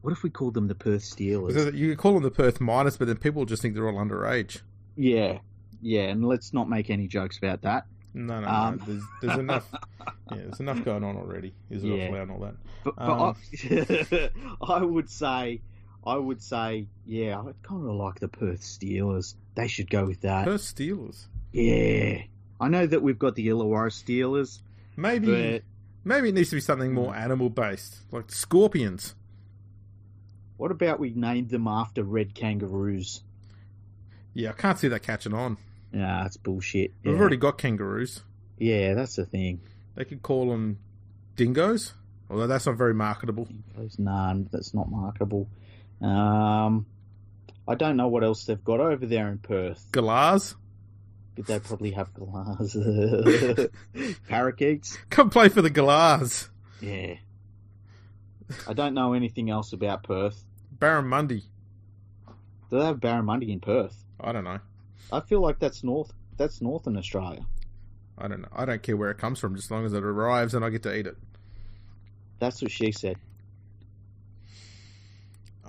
B: What if we called them the Perth Steelers?
A: So you could call them the Perth miners, but then people just think they're all underage.
B: Yeah, yeah. And let's not make any jokes about that.
A: No, no,
B: Um.
A: no. There's, there's
B: [LAUGHS]
A: enough. yeah, there's enough going on already. Is it
B: Yeah.
A: off and all that?
B: But, but
A: Um.
B: I, I [LAUGHS] would say, I would say, yeah, I kind of like the Perth Steelers. They should go with that.
A: Perth Steelers.
B: Yeah. I know that we've got the Illawarra Steelers,
A: Maybe,
B: but Mm.
A: maybe it needs to be something more animal based, like scorpions.
B: what about we named them after red kangaroos?
A: Yeah, I can't see that catching on.
B: Nah, it's bullshit. Yeah.
A: We've already got kangaroos.
B: yeah, that's the thing.
A: They could call them dingoes, although that's not very marketable.
B: Those none. That's not marketable. Um, I don't know what else they've got over there in Perth.
A: Galahs, [LAUGHS]
B: They probably have glass
A: [LAUGHS]
B: parakeets.
A: come play for the Galahs.
B: Yeah. I don't know anything else about Perth.
A: Barramundi.
B: Do they have barramundi in Perth?
A: I don't know.
B: I feel like that's north. That's northern Australia.
A: I don't know. I don't care where it comes from, just as long as it arrives and I get to eat it.
B: That's what
A: [LAUGHS]
B: she said. [LAUGHS]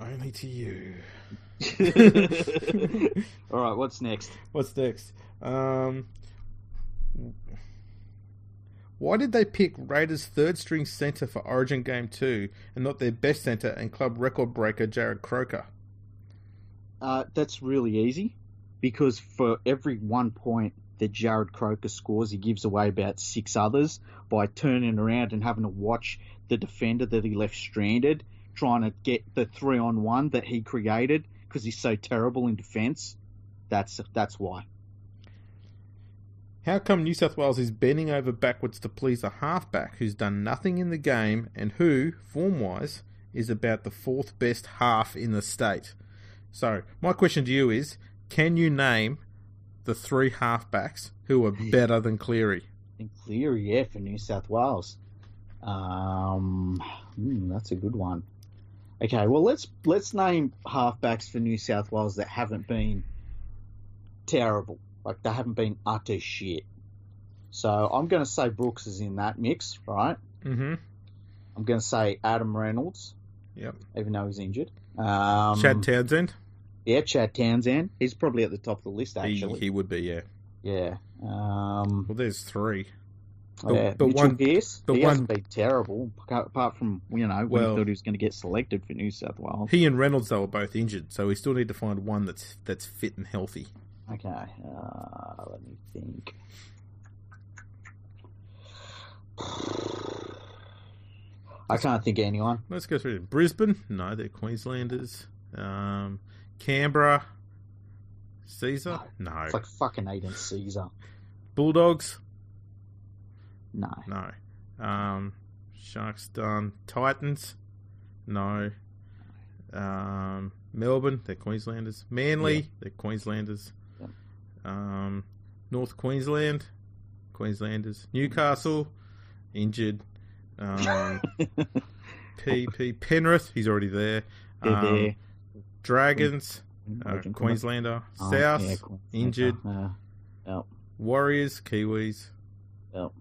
A: Only to you.
B: All right. What's next?
A: What's next? Um, why did they pick Raiders' third string centre for Origin Game 2 and not their best centre and club record breaker Jared Croker?
B: Uh, that's really easy because for every one point that Jared Croker scores, he gives away about six others by turning around and having to watch the defender that he left stranded trying to get the three on one that he created because he's so terrible in defense. That's that's why.
A: How come New South Wales is bending over backwards to please a halfback who's done nothing in the game and who, form wise, is about the fourth best half in the state? So, my question to you is can you name the three halfbacks who are better than Cleary?
B: And Cleary, yeah, for New South Wales. Um, hmm, that's a good one. Okay, well let's let's name halfbacks for New South Wales that haven't been terrible, like they haven't been utter shit. So I'm going to say Brooks is in that mix, right?
A: Mm hmm.
B: I'm going to say Adam Reynolds,
A: Yep.
B: even though he's injured. Um,
A: Chad Townsend?
B: yeah, Chad Townsend. He's probably at the top of the list
A: He,
B: actually.
A: he would be, yeah.
B: yeah. Um,
A: Well, there's three. The-
B: Yeah,
A: the
B: Mitchell
A: one-
B: Pearce,
A: the
B: he
A: one-
B: hasn't been terrible, apart- apart from you know when
A: Well-
B: he thought he was going to get selected for New South Wales.
A: He and Reynolds, though, are both injured, so we still need to find one that's that's fit and healthy.
B: Okay, uh, let me think. I can't think of anyone.
A: Let's go through them. Brisbane? No, they're Queenslanders. Um, Canberra? Caesar? No.
B: It's like fucking Aiden Caesar.
A: Bulldogs?
B: No,
A: No. Um, Sharks done. Titans, no. Um, Melbourne, they're Queenslanders. Manly,
B: Yeah.
A: they're Queenslanders.
B: Yep.
A: Um, North Queensland, Queenslanders. Newcastle, injured.
B: [LAUGHS]
A: Um, PP Penrith, he's already there.
B: They're
A: Um,
B: there.
A: Dragons, uh,
B: Origin Queensland.
A: Queenslander.
B: Oh,
A: South,
B: yeah, Queensland.
A: injured.
B: Uh, yep.
A: Warriors, Kiwis.
B: Yep.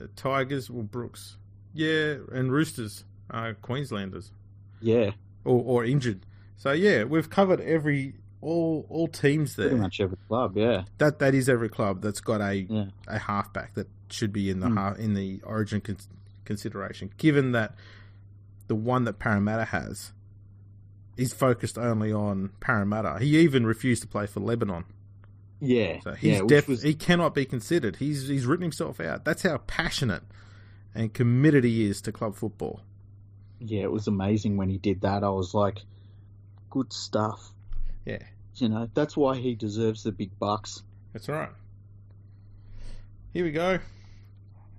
A: Uh, Tigers, well, Brooks. Yeah, and Roosters, uh, Queenslanders.
B: Yeah,
A: or, or injured. So yeah, we've covered every all all teams
B: pretty
A: there.
B: much every club. Yeah,
A: That that is every club that's got a
B: Yeah.
A: a halfback that should be in the
B: Mm.
A: ha in the origin con- consideration. Given that the one that Parramatta has is focused only on Parramatta. He even refused to play for Lebanon.
B: yeah,
A: So he's
B: yeah. which
A: def-
B: was-
A: he cannot be considered. He's he's written himself out. That's how passionate and committed he is to club football.
B: yeah, it was amazing when he did that. I was like, good stuff.
A: Yeah.
B: You know, that's why he deserves the big bucks.
A: That's all right. Here we go.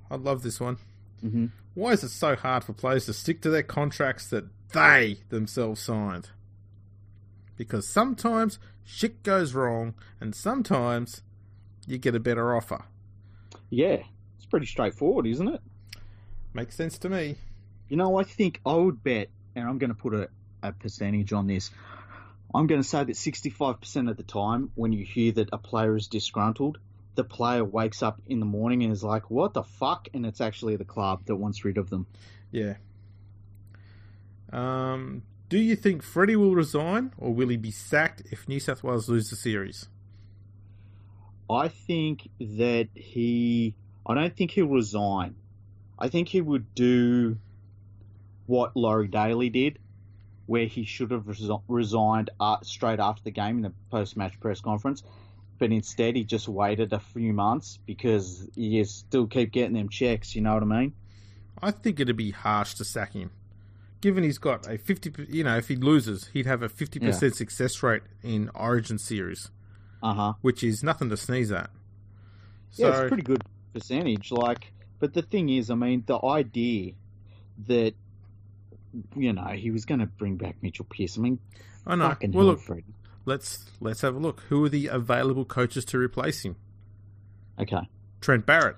A: I love this one.
B: Mm-hmm.
A: Why is it so hard for players to stick to their contracts that they themselves signed? Because sometimes shit goes wrong, and sometimes you get a better offer.
B: Yeah, it's pretty straightforward, isn't it?
A: Makes sense to me.
B: You know, I think I would bet, and I'm going to put a, a percentage on this. I'm going to say that 65% of the time, when you hear that a player is disgruntled, the player wakes up in the morning and is like, what the fuck? And it's actually the club that wants rid of them.
A: Yeah. Um, do you think Freddie will resign, or will he be sacked if New South Wales lose the series?
B: I think that he. I don't think he'll resign. I think he would do what Laurie Daly did, where he should have resi- resigned uh, straight after the game in the post-match press conference, but instead he just waited a few months because you still keep getting them checks. You know what I mean?
A: I think it'd be harsh to sack him, given he's got a fifty. per- You know, if he loses, he'd have a fifty percent success rate in Origin series,
B: Uh huh.
A: which is nothing to sneeze at. So,
B: yeah, it's a pretty good percentage. Like, but the thing is, I mean, the idea that you know he was going to bring back Mitchell Pearce. I mean,
A: I know.
B: fucking
A: Well,
B: hell,
A: look,
B: Fred.
A: let's let's have a look. Who are the available coaches to replace him?
B: Okay.
A: Trent Barrett.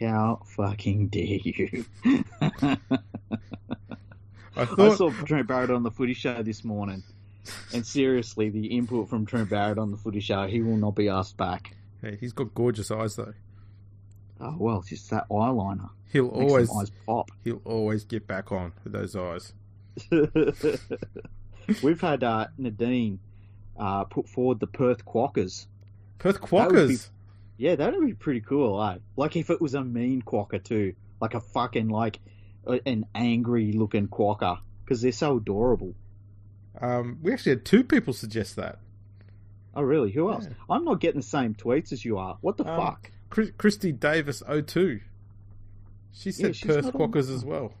B: How fucking dare you? [LAUGHS]
A: I
B: I
A: thought.
B: saw Trent Barrett on the footy show this morning. And seriously, the input from Trent Barrett on the footy show, he will not be asked back.
A: Yeah, he's got gorgeous eyes though.
B: Oh, well, it's just that eyeliner.
A: He'll
B: Makes
A: always
B: them eyes pop. [LAUGHS]
A: he'll always get back on with those eyes.
B: We've had uh, Nadine uh, put forward the Perth Quackers.
A: Perth
B: That would be-
A: Quackers.
B: Yeah, that would be pretty cool, eh? Like if it was a mean quacker too. Like a fucking, like, a- an angry looking quacker. Because they're so adorable.
A: Um, we actually had two people suggest that.
B: Oh, really? Who else?
A: Yeah.
B: I'm not getting the same tweets as you are. What the
A: Um,
B: fuck?
A: Chris, Christy Davis 02. She said
B: she's
A: Perth
B: not on-
A: Quackers as well.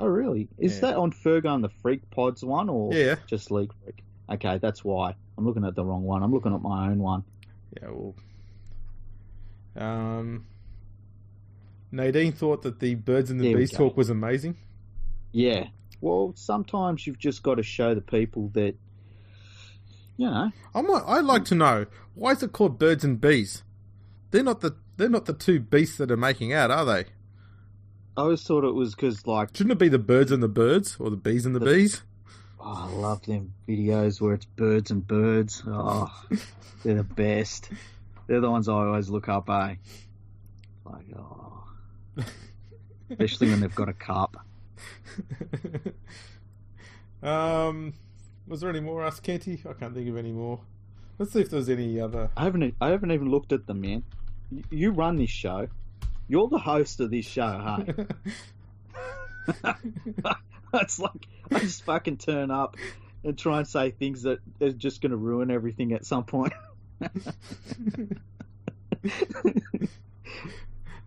B: Oh, really? Is
A: yeah.
B: that on Fergon the Freak Pods one or
A: Yeah,
B: just League Freak? Okay, that's why. I'm looking at the wrong one. I'm looking at my own one.
A: yeah. Well, um, Nadine thought that the Birds and the
B: There we
A: Bees
B: go.
A: talk was amazing.
B: Yeah. Well, sometimes you've just got to show the people that, you know,
A: I might, I'd like to know why is it called Birds and Bees? They're not the they're not the two beasts that are making out, are they?
B: I always thought it was because, like,
A: Shouldn't it be the birds and the birds, or the bees and the
B: The-
A: bees?
B: oh, I love them videos where it's birds and birds. Oh, they're the best. They're the ones I always look up, eh? Like, oh. Especially when they've got a cup.
A: [LAUGHS] um, was there any more? Asked Kenty. I can't think of any more. Let's see if there's any other. [LAUGHS]
B: I haven't. e, I haven't even looked at them, man. Y- You run this show. You're the host of this show, hey? [LAUGHS] That's like I just fucking turn up and try and say things that are just going to ruin everything at some point. [LAUGHS]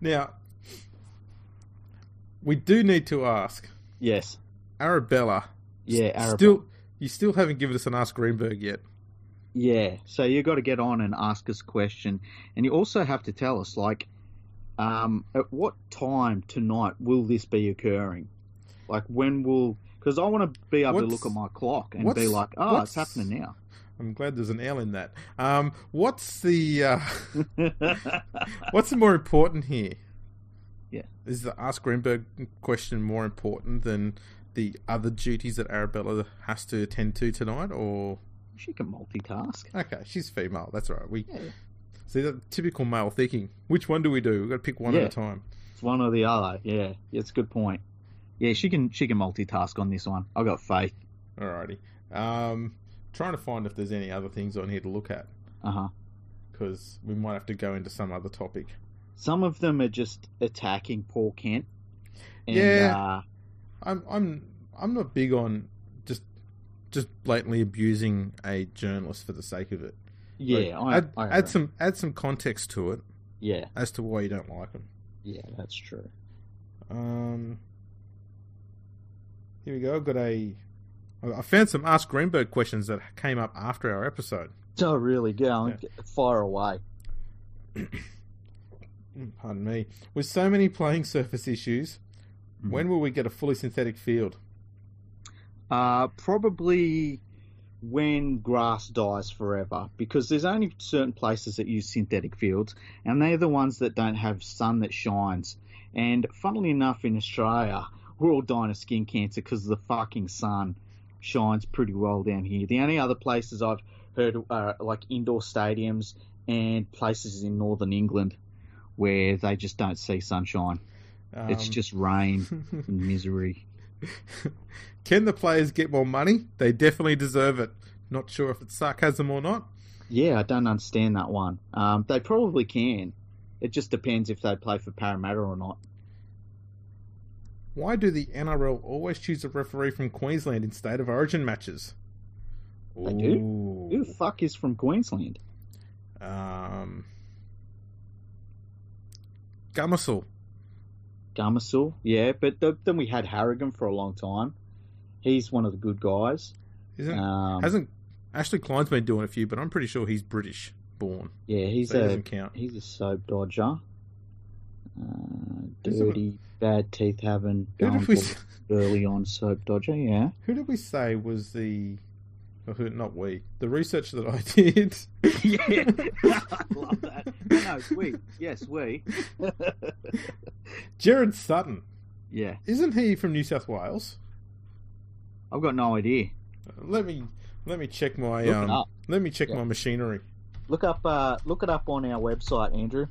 A: now, we do need to ask
B: yes.
A: Arabella.
B: Yeah.
A: s-
B: Arab.
A: Still, you still haven't given us an Ask Greenberg yet.
B: Yeah. So you got to get on and ask us a question, and you also have to tell us like Um, at what time tonight will this be occurring? Like when will? Because I want to be able to
A: What's-
B: look at my clock and
A: what's-
B: be like, oh,
A: what's-
B: it's happening now. [LAUGHS]
A: I'm glad there's an L in that. Um, what's the uh, [LAUGHS] what's the more important here?
B: Yeah.
A: is the Ask Greenberg question more important than the other duties that Arabella has to attend to tonight? Or
B: she can multitask.
A: okay, she's female. That's all right. We
B: Yeah.
A: see the typical male thinking. Which one do we do? We've got to pick one at
B: Yeah.
A: a time.
B: It's one or the other. Yeah, it's a good point. Yeah, she can she can multitask on this one. I got faith.
A: Alrighty. Um, trying to find if there's any other things on here to look at
B: Uh huh.
A: because we might have to go into some other topic.
B: Some of them are just attacking Paul Kent. And,
A: Yeah.
B: Uh,
A: I'm I'm I'm not big on just just blatantly abusing a journalist for the sake of it. Like,
B: yeah. I,
A: add,
B: I
A: add
B: agree.
A: some add some context to it
B: Yeah.
A: as to why you don't like him.
B: Yeah, that's true.
A: Um, here we go. I've got a I I found some Ask Greenberg questions that came up after our episode.
B: So Oh, really, go on, get fire away.
A: Mm, Pardon me. With so many playing surface issues,
B: Mhm.
A: when will we get a fully synthetic field?
B: Uh, probably when grass dies forever, because there's only certain places that use synthetic fields, and they're the ones that don't have sun that shines. And funnily enough, in Australia, we're all dying of skin cancer because the fucking sun shines pretty well down here. The only other places I've heard are like indoor stadiums and places in northern England where they just don't see sunshine. it's
A: Um,
B: just [LAUGHS] rain and misery.
A: [LAUGHS] Can the players get more money? They definitely deserve it. Not sure if it's sarcasm or not.
B: Yeah, I don't understand that one. Um, they probably can. It just depends if they play for Parramatta or not.
A: Why do the NRL always choose a referee from Queensland in state of origin matches?
B: They do?
A: Ooh.
B: Who the fuck is from Queensland?
A: Um, Gummisel.
B: Gummersill, yeah, but th- then we had Harrigan for a long time. He's one of the good guys.
A: Isn't,
B: Um,
A: hasn't Ashley Klein's been doing a few, but I'm pretty sure he's British born.
B: yeah, he's
A: so he
B: a
A: doesn't count.
B: he's a soap dodger, uh,
A: Who's the
B: dirty, bad teeth having,
A: Who
B: going
A: did, we,
B: for
A: s-
B: early on soap
A: [LAUGHS]
B: dodger. Yeah,
A: who did we say was the. oh, who- Not we. The research that I [LAUGHS] did.
B: yeah, [LAUGHS] I love that. No, no, we, yes, we.
A: [LAUGHS]
B: [LAUGHS]
A: Jared Sutton.
B: yeah,
A: Isn't he from New South Wales?
B: I've got no idea.
A: Let me let me check my
B: Look it
A: um,
B: up.
A: let me check
B: Yeah.
A: my
B: [LAUGHS]
A: machinery.
B: Look up, uh, look it up on our website, Andrew.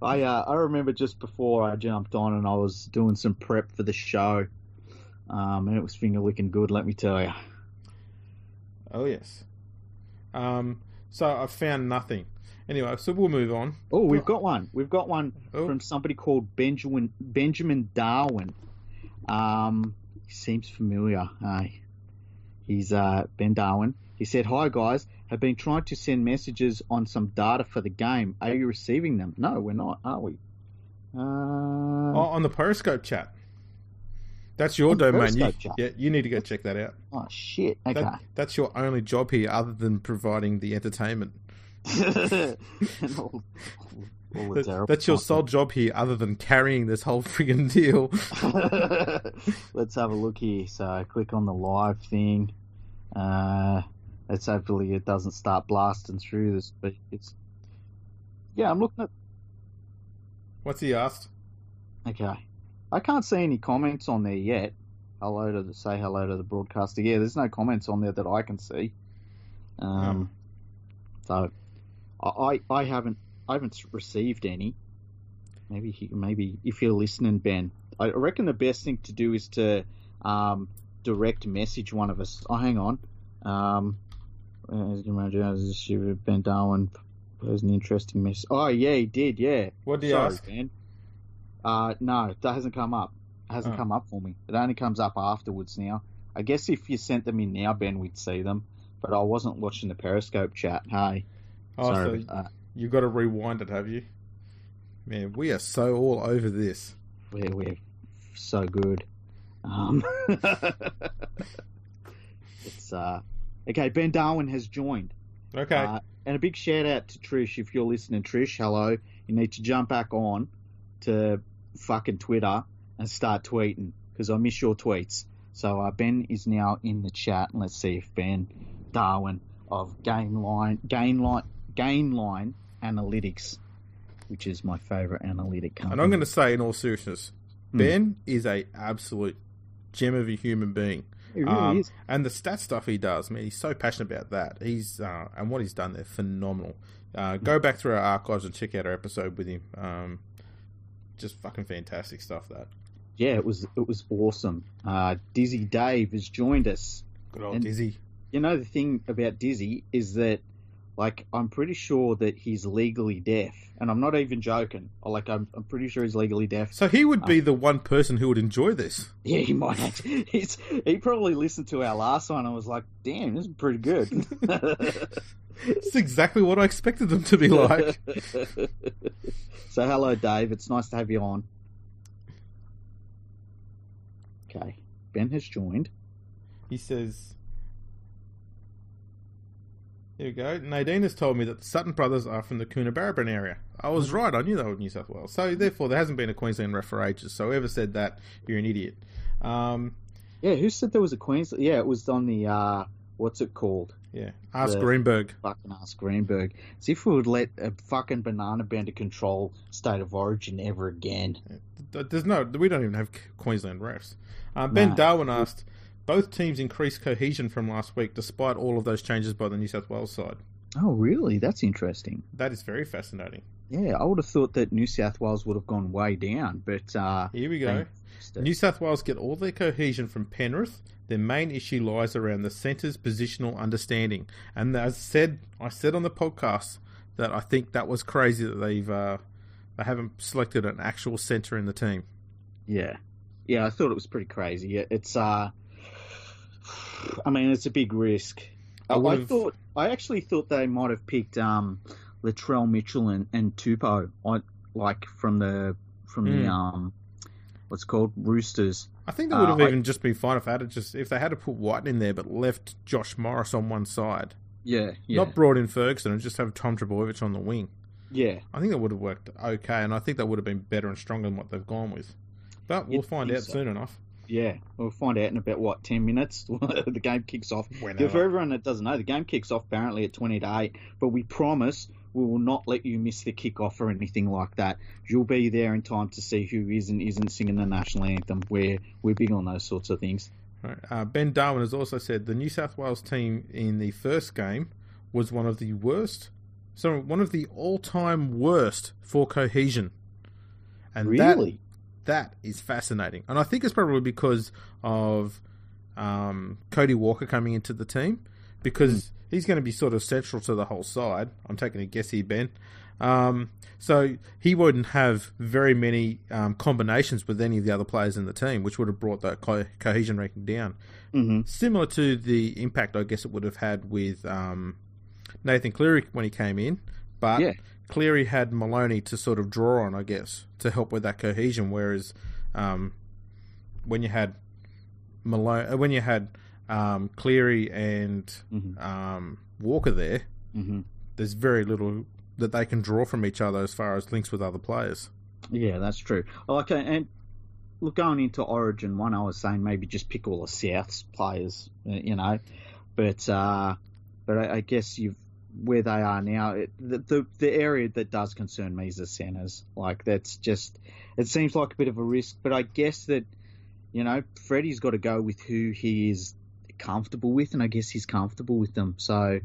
B: I uh, I remember just before I jumped on and I was doing some prep for the show, um, and it was finger licking good. Let me tell you.
A: oh yes. Um. So I found nothing. Anyway, so we'll move on.
B: Oh, we've got one. We've got one
A: Oh.
B: from somebody called Benjamin Benjamin Darwin. Um, he seems familiar. Uh, he's uh, Ben Darwin. He said, "Hi guys, have been trying to send messages on some data for the game. Are you receiving them? No, we're not, are we? Uh,
A: Oh, on the Periscope chat. That's your
B: On the
A: domain. You,
B: Periscope chat?
A: yeah, you need to go check that out.
B: oh shit. Okay.
A: That,
B: [LAUGHS]
A: That's your only job here, other than providing the entertainment.
B: And all- all the
A: That-
B: terrible
A: that's your sole
B: content.
A: job here, other than carrying this whole [LAUGHS] friggin' deal.
B: [LAUGHS] let's have a look here. So I click on the live thing. Uh, let's hopefully it doesn't start blasting through the speakers. Yeah, I'm looking at.
A: What's he asked?
B: Okay, I can't see any comments on there yet. Hello to the say hello to the broadcaster. Yeah, there's no comments on there that I can see. Um, so I, I I haven't I haven't s- received any. Maybe he, maybe if you're listening, Ben, I reckon the best thing to do is to um, direct message one of us. Oh, hang on. Um, as you imagine, as this year, Ben Darwin posed an interesting message. Oh yeah, he did. Yeah.
A: What did he
B: Sorry,
A: ask?
B: Ben. Uh, no, that hasn't come up. It hasn't
A: Oh.
B: come up for me. It only comes up afterwards now. I guess if you sent them in now, Ben, we'd see them. But I wasn't watching the Periscope chat. Hey,
A: Oh,
B: sorry.
A: so
B: about that.
A: You've got to rewind it, have you? Man, we are so all over this.
B: We're, we're so good.
A: [LAUGHS]
B: Um, [LAUGHS] it's uh, okay. Ben Darwin has joined.
A: Okay.
B: Uh, And a big shout out to Trish if you're listening, Trish. Hello, you need to jump back on to fucking Twitter and start tweeting because I miss your tweets. So uh, Ben is now in the chat. Let's see if Ben Darwin of Gain Line Gain Line Gain Line Analytics, which is my favorite analytic company.
A: And I'm going to say, in all seriousness,
B: Hmm.
A: Ben is a absolute gem of a human being.
B: It really
A: Um,
B: is.
A: and the stat stuff he does, man, he's so passionate about that. He's uh, and what he's done there, phenomenal. Uh, go back through our archives and check out our episode with him. Um, just fucking fantastic stuff. That
B: Yeah, it was it was awesome. Uh, Dizzy Dave has joined us.
A: good old
B: And-
A: Dizzy.
B: You know the thing about Dizzy is that, like, I'm pretty sure that he's legally deaf, and I'm not even joking. Like, I'm I'm pretty sure he's legally deaf. [LAUGHS]
A: So he would be the one person who would enjoy this. [LAUGHS]
B: Yeah, he might. [LAUGHS] He's, he probably listened to our last one and was like, "Damn, this is pretty good." [LAUGHS]
A: It's exactly what I expected them to
B: [LAUGHS]
A: be like.
B: so, hello, Dave. It's nice to have you on. Okay, Ben has joined.
A: he says, "Here we go." Nadine has told me that the Sutton brothers are from the Coonabarabran area. I
B: Mm-hmm.
A: was right. I knew they were New South Wales. So therefore, there hasn't been a Queensland ref for ages. So whoever said that, you're an idiot. Um,
B: Yeah, who said there was a Queensland? Yeah, it was on the uh, what's it called?
A: yeah. Ask
B: Yeah.
A: Greenberg.
B: Fucking ass Greenberg. See if we would let a fucking banana bender control state of origin ever again.
A: Th- There's no. We don't even have Queensland refs. Uh, ben
B: No.
A: Darwin asked, "Both teams increased cohesion from last week, despite all of those changes by the New South Wales side."
B: Oh, really? That's interesting.
A: That is very fascinating.
B: Yeah, I would have thought that New South Wales would have gone way down, but uh,
A: Here we go.
B: Thank-
A: New South Wales get all their cohesion from Penrith. Their main issue lies around the centre's positional understanding. And as said, I said on the podcast that I think that was crazy that they've uh, they haven't selected an actual centre in the team.
B: yeah, yeah, I thought it was pretty crazy. It- It's, uh, I mean, it's a big risk.
A: I
B: I,
A: would've-
B: thought, I actually thought they might have picked um, Latrell Mitchell and, and Tupou on like from the from
A: Mm.
B: the um, what's it called Roosters.
A: I think that would have
B: Uh, I-
A: even just been fine if they had just if they had to put White in there, but left Josh Morris on one side,
B: Yeah, yeah,
A: not brought in Ferguson, and just have Tom Trebojevic on the wing.
B: yeah.
A: I think that would have worked okay, and I think that would have been better and stronger than what they've gone with. But we'll
B: You'd
A: find
B: think
A: out
B: so.
A: soon enough.
B: Yeah, we'll find out in about what ten minutes. [LAUGHS] the game kicks off. Yeah, for
A: Whenever.
B: everyone that doesn't know, the game kicks off apparently at twenty to eight. But we promise we will not let you miss the kickoff or anything like that. You'll be there in time to see who is and isn't singing the national anthem. We're we're big on those sorts of things.
A: Right. Uh, ben Darwin has also said the New South Wales team in the first game was one of the worst, so one of the all-time worst for cohesion. And
B: Really?
A: that, that is fascinating, and I think it's probably because of um, Cody Walker coming into the team because he's going to be sort of central to the whole side. I'm taking a guess here, Ben. Um, so he wouldn't have very many um, combinations with any of the other players in the team, which would have brought that co- cohesion ranking down
B: hmm
A: similar to the impact I guess it would have had with um, Nathan Cleary when he came in, but
B: Yeah.
A: Cleary had Maloney to sort of draw on, I guess, to help with that cohesion. Whereas um, when you had Malone, uh, when you had um, Cleary and
B: Mhm.
A: um, Walker there,
B: hmm
A: there's very little that they can draw from each other as far as links with other players.
B: Yeah, that's true. Oh, Okay, and look, going into Origin one, I was saying maybe just pick all the South's players, uh, you know, but uh, but I, I guess you've where they are now. It, the, the the area that does concern me is the centres. Like that's just it seems like a bit of a risk, but I guess that you know Freddie's got to go with who he is comfortable with, and I guess he's comfortable with them. So.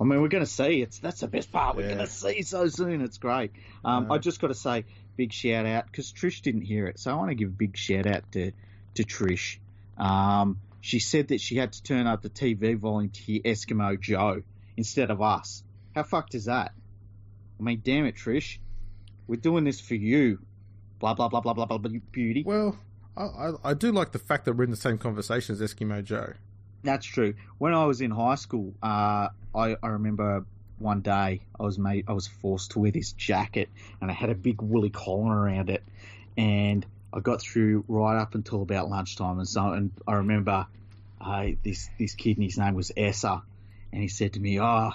B: I mean, we're going to see. It's that's the best part. We're
A: Yeah.
B: going to see so soon. It's great. Um,
A: Yeah.
B: I just got to say, big shout out because Trish didn't hear it, so I want to give a big shout out to to Trish. Um, she said that she had to turn up the TV volume to hear Eskimo Joe instead of us. How fucked is that? I mean, damn it, Trish, we're doing this for you. Blah blah blah blah blah blah. blah, Beauty.
A: Well, I, I, I do like the fact that we're in the same conversation as Eskimo Joe.
B: That's true. When I was in high school, uh, I, I remember one day I was made I was forced to wear this jacket, and it had a big woolly collar around it, and I got through right up until about lunchtime, and so and I remember uh, this this kid, and his name was Essa, and he said to me, "Ah,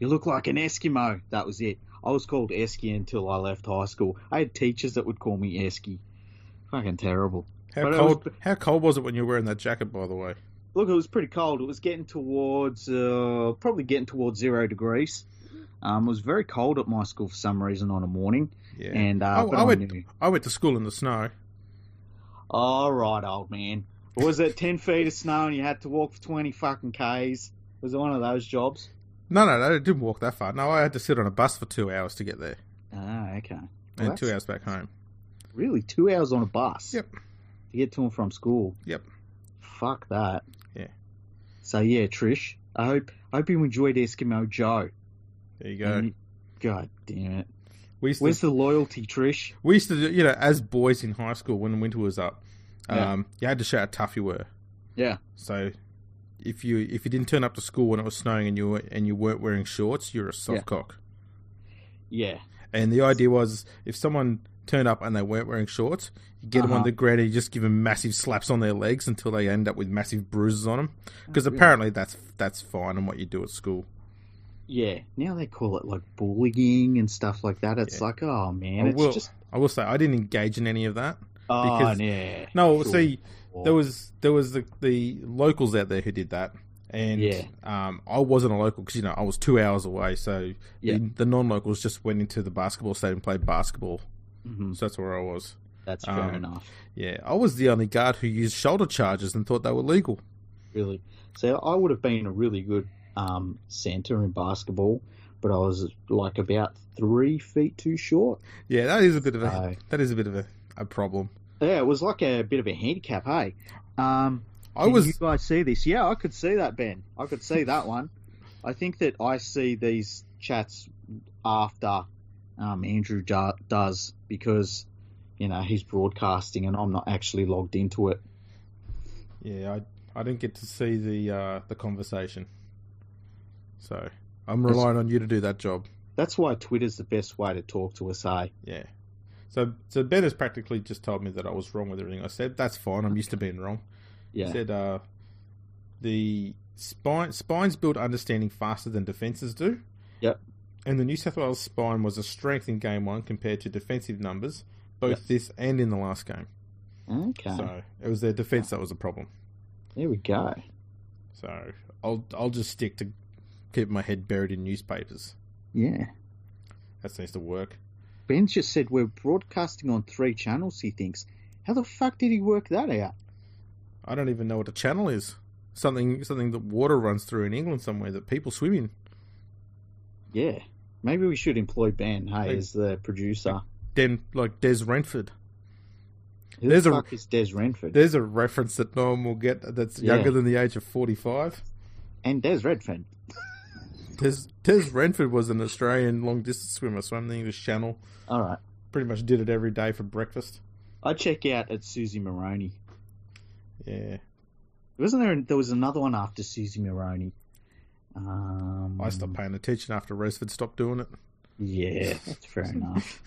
B: You look like an Eskimo. That was it. I was called Esky until I left high school. I had teachers that would call me Esky. Fucking terrible.
A: How
B: But it
A: cold?
B: was-
A: How cold was it when you were wearing that jacket? By the way,
B: Look, it was pretty cold. It was getting towards, uh, probably getting towards zero degrees. Um, it was very cold at my school for some reason on a morning.
A: yeah.
B: And, uh,
A: I,
B: but
A: I
B: I
A: went.
B: knew.
A: I went to school in the snow.
B: All right, old man. Was it 10 feet of snow and you had to walk for 20 fucking Ks? Was it one of those jobs?
A: No, no, no. I didn't walk that far. No, I had to sit on a bus for two hours to get there,
B: Ah, okay. Well,
A: and two
B: that's-
A: hours back home.
B: Really, two hours on a bus.
A: Yep.
B: To get to and from school.
A: Yep.
B: Fuck that.
A: Yeah.
B: So yeah, Trish. I hope I hope you enjoyed Eskimo Joe.
A: There you go.
B: And you- God damn it.
A: we used to
B: Where's the loyalty, Trish?
A: We used to, do, you know, as boys in high school when winter was up,
B: Yeah.
A: um, you had to show how tough you were.
B: Yeah.
A: So if you if you didn't turn up to school when it was snowing and you were, and you weren't wearing shorts, you're a
B: Yeah.
A: soft cock.
B: Yeah.
A: And the idea was if someone turned up and they weren't wearing shorts, you get them
B: Uh-huh.
A: on the ground and you just give them massive slaps on their legs until they end up with massive bruises on them.
B: Oh,
A: Because apparently that's that's fine and what you do at school.
B: Yeah. Now they call it like bullying and stuff like that. It's
A: Yeah.
B: like, oh man,
A: I
B: it's
A: will-
B: just
A: I will say I didn't engage in any of that.
B: oh
A: because-
B: yeah.
A: No,
B: Sure.
A: see, there was there was the, the locals out there who did that, and
B: Yeah.
A: um, I wasn't a local because you know I was two hours away, so
B: Yeah.
A: the, the non-locals just went into the basketball stadium and played basketball.
B: Mhm.
A: So that's where I was.
B: That's fair
A: um,
B: enough.
A: Yeah, I was the only guard who used shoulder charges and thought they were legal.
B: really. So I would have been a really good um, centre in basketball, but I was like about three feet too short.
A: Yeah, that is a bit of a
B: Aye.
A: that is a bit of a, a problem.
B: Yeah, it was like a bit of a handicap. Hey, um,
A: I
B: can
A: was
B: You guys see this? Yeah, I could see that, Ben. I could see that one. I think that I see these chats after um, Andrew do- does because you know he's broadcasting and I'm not actually logged into it.
A: yeah, I I didn't get to see the uh, the conversation, so I'm
B: That's-
A: relying on you to do that job.
B: That's why Twitter's the best way to talk to us. eh? Hey,
A: Yeah. So so Ben has practically just told me that I was wrong with everything I said. That's fine. I'm used to being wrong.
B: yeah.
A: He said uh, the spine spines build understanding faster than defenses do.
B: Yep.
A: And the New South Wales spine was a strength in game one compared to defensive numbers, both this and in the last game.
B: okay,
A: So it was their defense that was a problem.
B: there we go.
A: So I'll I'll just stick to keep my head buried in newspapers.
B: Yeah.
A: That seems to work.
B: Ben just said we're broadcasting on three channels, he thinks. How the fuck did he work that out?
A: I don't even know what a channel is. Something something that water runs through in England somewhere that people swim in.
B: Yeah. Maybe we should employ Ben, hey,
A: Hey.
B: as the producer.
A: Den like Des Renford.
B: Who
A: There's
B: the
A: a-
B: fuck is Des Renford?
A: There's a reference that no one will get that's younger
B: Yeah.
A: than the age of forty five.
B: and Des Redfern.
A: Des Des Renford was an Australian long distance swimmer, swam the English Channel,
B: All right.
A: pretty much did it every day for breakfast.
B: I check out at Susie Maroney.
A: Yeah.
B: Wasn't there? There was another one after Susie Maroney. Um,
A: I stopped paying attention after Roseford stopped doing it.
B: Yeah, that's fair enough.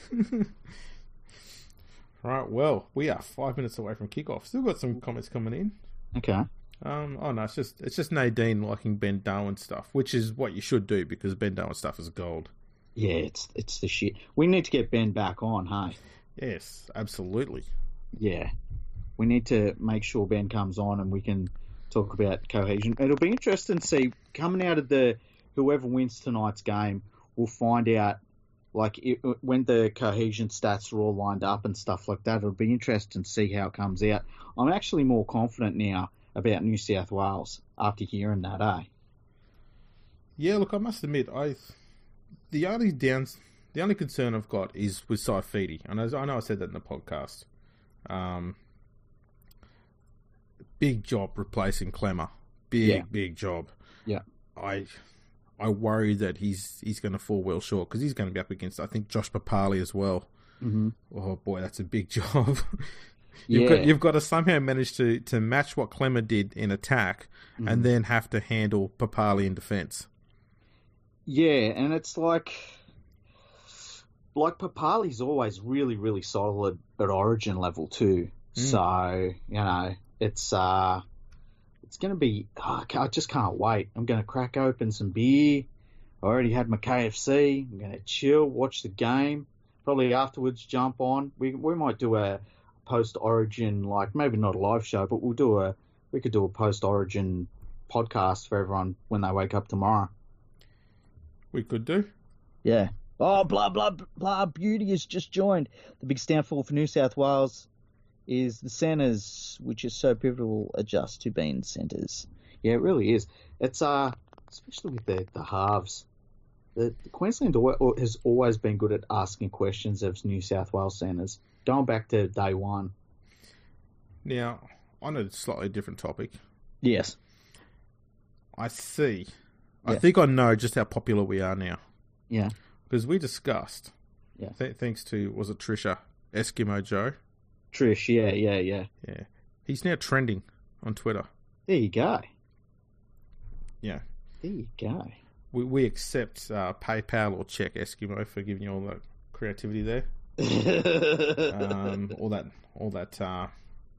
A: [LAUGHS] Right, well, we are five minutes away from kickoff. Still got some comments coming in.
B: Okay.
A: Um, oh no, it's just it's just Nadine liking Ben Darwin stuff, which is what you should do because Ben Darwin stuff is gold.
B: Yeah, it's it's the shit. We need to get Ben back on, hey.
A: Yes, absolutely.
B: yeah, we need to make sure Ben comes on and we can talk about cohesion. It'll be interesting to see coming out of the whoever wins tonight's game. We'll find out like it, when the cohesion stats are all lined up and stuff like that. It'll be interesting to see how it comes out. I'm actually more confident now about New South Wales after hearing that. Eh?
A: Yeah, look, I must admit, I the only downs, the only concern I've got is with Saifidi, and I, I know I said that in the podcast. Um, big job replacing Clemmer, big
B: Yeah.
A: big job.
B: Yeah.
A: I I worry that he's he's going to fall well short because he's going to be up against I think Josh Papali as well.
B: Mm-hmm.
A: Oh boy, that's a big [LAUGHS] job.
B: Yeah.
A: You've got you've got to somehow manage to, to match what Clemmer did in attack,
B: Mhm.
A: and then have to handle Papali in defence.
B: Yeah, and it's like like Papali's always really, really solid at origin level too.
A: Mm.
B: So, you know, it's uh it's gonna be oh, I ca- I just can't wait. I'm gonna crack open some beer. I already had my KFC. I'm going to chill, watch the game. Probably afterwards, jump on. We we might do a post Origin, like maybe not a live show, but we'll do a we could do a post Origin podcast for everyone when they wake up tomorrow.
A: We could do.
C: Yeah. Oh, blah, blah, blah. Beauty has just joined. The big downfall for New South Wales is the centres, which is so pivotal, adjust to being centres.
B: Yeah, it really is. It's uh, especially with the the halves. The, the Queensland al- has always been good at asking questions of New South Wales centres, going back to day one.
A: Now, on a slightly different topic,
C: Yes.
A: I see. I
C: Yeah.
A: think I know just how popular we are now.
B: Yeah.
A: Because we discussed,
B: Yeah.
A: th- thanks to, was it Trisha, Eskimo Joe?
B: Trish, yeah, yeah, yeah.
A: Yeah. He's now trending on Twitter.
B: There you go.
A: Yeah.
B: There you go.
A: We, we accept uh, PayPal or check Eskimo for giving you all that creativity
B: [LAUGHS]
A: there. Um, all that, all that, uh,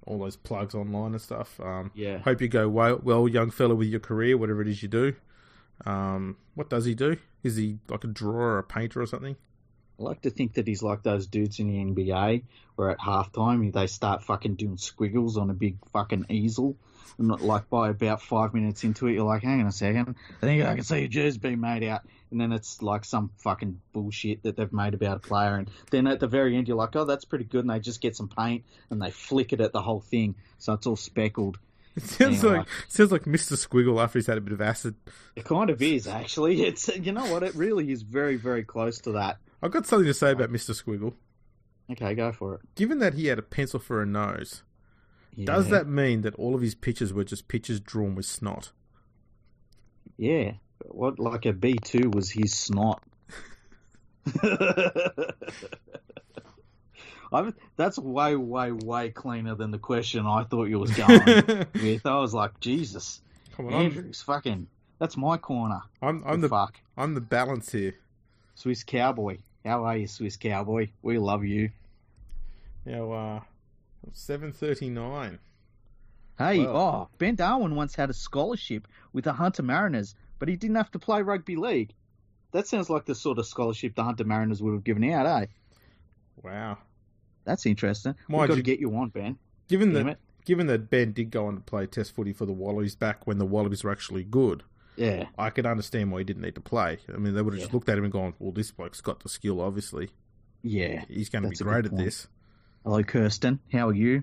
A: all those plugs online and stuff. Um,
B: yeah.
A: Hope you go well, well, young fella, with your career, whatever it is you do. Um, what does he do? Is he like a drawer or a painter or something? [LAUGHS]
B: I like to think that he's like those dudes in the NBA where at halftime they start fucking doing squiggles on a big fucking easel. And like by about five minutes into it, you're like, hang on a second, I think I can see a jersey being made out. And then it's like some fucking bullshit that they've made about a player. And then at the very end, you're like, oh, that's pretty good. And they just get some paint and they flick it at the whole thing. So it's all speckled.
A: It sounds
B: Anyway.
A: like sounds like Mr. Squiggle after he's had a bit of acid.
B: It kind of is, actually. It's You know what? It really is very, very close to that.
A: I've got something to say about Mr. Squiggle.
B: Okay, go for it.
A: Given that he had a pencil for a nose, does
B: Yeah.
A: that mean that all of his pictures were just pictures drawn with
B: [LAUGHS]
A: snot?
B: Yeah. What like a B two was his snot. I that's way, way, way cleaner than the question I thought you was
A: [LAUGHS]
B: going
A: Come
B: with. I was like, Jesus,
A: on, I'm,
B: Andrew's fucking. That's my corner.
A: I'm, I'm
B: the
A: the
B: fuck
A: I'm the balance here.
B: Swiss cowboy. How are you, Swiss cowboy? We love you.
A: Now, uh, seven thirty nine.
C: Hey,
A: Wow.
C: oh, Ben Darwin once had a scholarship with the Hunter Mariners, but he didn't have to play rugby league.
B: That sounds like the sort of scholarship the Hunter Mariners would have given out, eh?
A: Wow.
C: That's interesting.
B: We've
A: Mind
B: got
A: you,
B: to get you on, Ben.
A: given
B: Damn
A: that
B: it.
A: given that Ben did go on to play Test footy for the Wallabies back when the Wallabies were actually good,
B: Yeah.
A: I could understand why he didn't need to play. I mean, they would have just
B: Yeah.
A: looked at him and gone, "Well, this bloke's got the skill. Obviously,
B: Yeah.
A: he's going to be
B: That's a good
A: great at
B: point.
A: this."
C: Hello, Kirsten. How are you?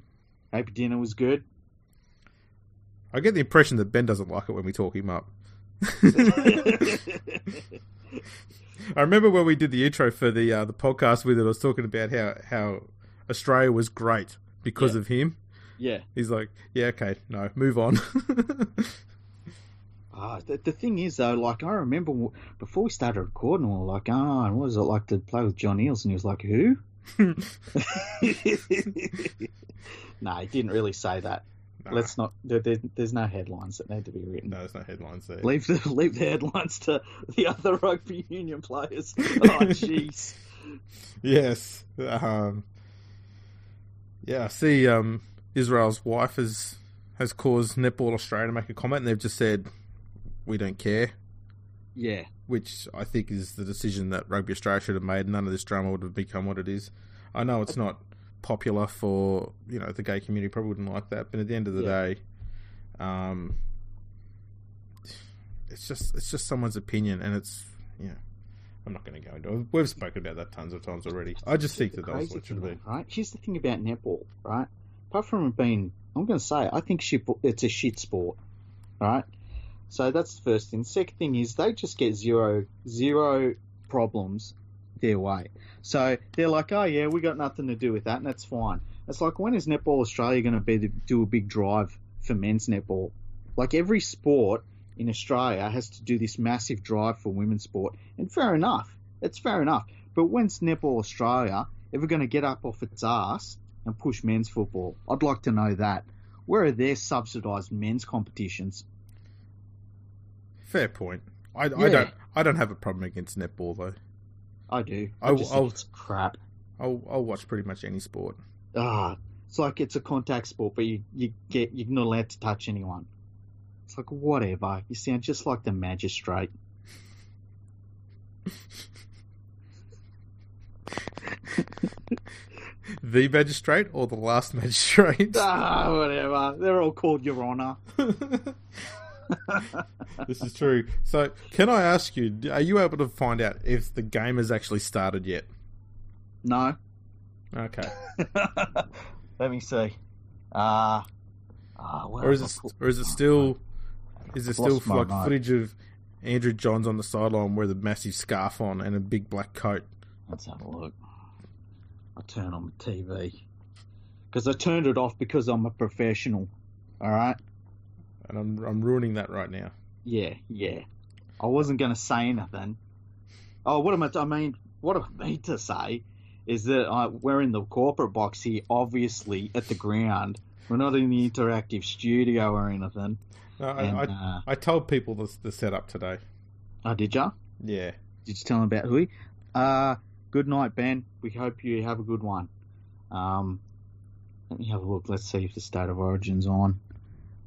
B: Hope your dinner was good. [LAUGHS]
A: I get the impression that Ben doesn't like it when we talk him
B: [LAUGHS]
A: up. I remember when we did the intro for the uh, the podcast with it. I was talking about how how Australia was great because of him.
B: yeah.
A: He's like, "Yeah, okay, no, move on." [LAUGHS]
B: Ah, the, the thing is, though, like, I remember w- before we started recording, we were like, ah, and what is it like to play with John Eels? And he was
A: [LAUGHS]
B: like, who? [LAUGHS] nah, he didn't really say that.
A: Nah,
B: [LAUGHS] Let's not, there, there, there's no headlines that need to be written.
A: no, there's no headlines there.
B: Leave the [LAUGHS] leave the headlines to the other rugby
A: [LAUGHS]
B: union players. Oh, jeez.
A: Yes. Um, yeah, I see um, Israel's wife has has caused Netball Australia to make a comment and they've just said we don't care,
B: Yeah.
A: which I think is the decision that Rugby Australia should have made. None of this drama would have become what it is. I know it's not popular for, you know, the gay community probably wouldn't like that, but at the end of the
B: Yeah.
A: day, um it's just it's just someone's opinion and it's yeah. I'm not going to go into it. We've spoken about that tons of times already. I just think
B: the
A: that that's
B: crazy
A: what it should
B: thing,
A: be.
B: Right? Here's the thing about netball, right? Apart from it being, I'm going to say, I think shit, it's a shit sport, right? So that's the first thing. Second thing is they just get zero zero problems their way. So they're like, oh yeah, we got nothing to do with that, and that's fine. It's like when is netball Australia going to be the, do a big drive for men's netball? Like every sport in Australia has to do this massive drive for women's sport, and fair enough, it's fair enough. But when's netball Australia ever going to get up off its ass and push men's football? I'd like to know that. Where are their subsidised men's competitions?
A: Fair point. I, I
B: Yeah.
A: don't. I don't have a problem against netball though.
B: I do.
A: I
B: I,
A: w-
B: just
A: I'll-
B: think it's crap.
A: I'll I'll watch pretty much any sport.
B: Ah, it's like it's a contact sport, but you, you get you're not allowed to touch anyone. It's like whatever. You sound just like the magistrate.
A: the magistrate or the last [LAUGHS] magistrate?
B: Ah, whatever. They're all called Your Honor.
A: [LAUGHS] this is true. So, can I ask you, are you able to find out if the game has actually started yet?
B: [LAUGHS] No. [LAUGHS]
A: Okay.
B: Let me see. Ah. ah, well,
A: Or is it or is it still is it still
B: Lost my
A: like
B: mind.
A: footage of Andrew Johns on the sideline with a massive scarf on and a big black coat?
B: Let's have a look. I turn on the TV because I turned it off because I'm a professional. All right.
A: And I'm I'm ruining that right now.
B: Yeah, yeah. I wasn't gonna say anything. Oh, what am I? I mean, what I mean to say is that I, we're in the corporate box here, obviously at the ground. We're not in the interactive studio or anything.
A: No,
B: and,
A: I, I
B: uh,
A: I told people the the setup today.
B: oh, did ya?
A: Yeah.
B: Did you tell him about Hui? Uh, good night, Ben. We hope you have a good one. Um, let me have a look. Let's see if the State of Origin's on.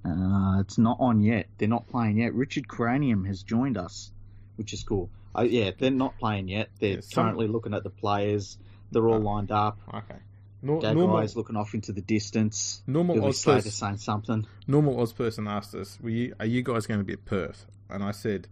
B: Uh, it's not on yet. They're not playing yet. Richard Cranium has joined us, which is cool. Uh, yeah, they're not playing yet. They're
A: Yeah, some-
B: currently looking at the players. They're all lined up.
A: Okay. Nor,
B: Gag
A: normal
B: eyes looking off into the distance.
A: normal
B: Billy
A: Oz
B: Slater
A: person,
B: saying something.
A: normal Oz person asked us, Were you, "Are you guys going to be at Perth?" And I said,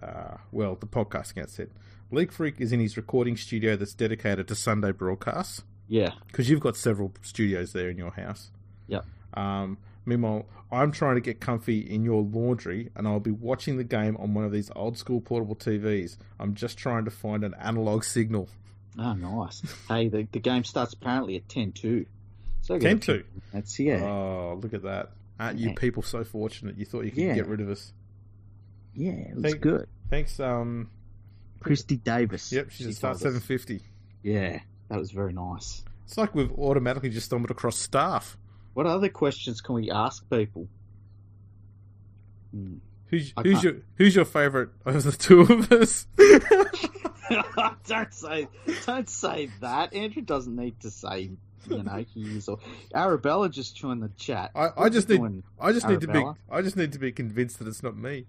A: uh, "Well, the podcast account said Leak Freak is in his recording studio that's dedicated to Sunday broadcasts
B: Yeah,
A: because you've got several studios there in your house."
B: Yep.
A: Um, meanwhile, I'm trying to get comfy in your laundry, and I'll be watching the game on one of these old school portable TVs. I'm just trying to find an analog signal. [LAUGHS]
B: oh nice. hey, the, the game starts apparently at ten two. So
A: Ten two.
B: That's yeah.
A: Oh, look at that! Aren't you
B: Yeah.
A: people so fortunate? You thought you could
B: Yeah.
A: get rid of us.
B: Yeah, it was
A: Thank-
B: good.
A: Thanks. Um,
B: Christy Davis.
A: Yep, she's a
B: She
A: start
B: told us.
A: seven fifty.
B: Yeah, that was very nice.
A: It's like we've automatically just stumbled across staff.
B: What other questions can we ask people? Hmm. [LAUGHS]
A: Who's
B: I
A: who's
B: can't-
A: your who's your favourite of the two of us? [LAUGHS]
B: don't say, don't say that. Andrew doesn't need to say, you know, he's or Arabella just joined the chat.
A: I, I
B: What's
A: just
B: he
A: need
B: doing?
A: I just need to be
B: Arabella?
A: I just need to be convinced that it's not me.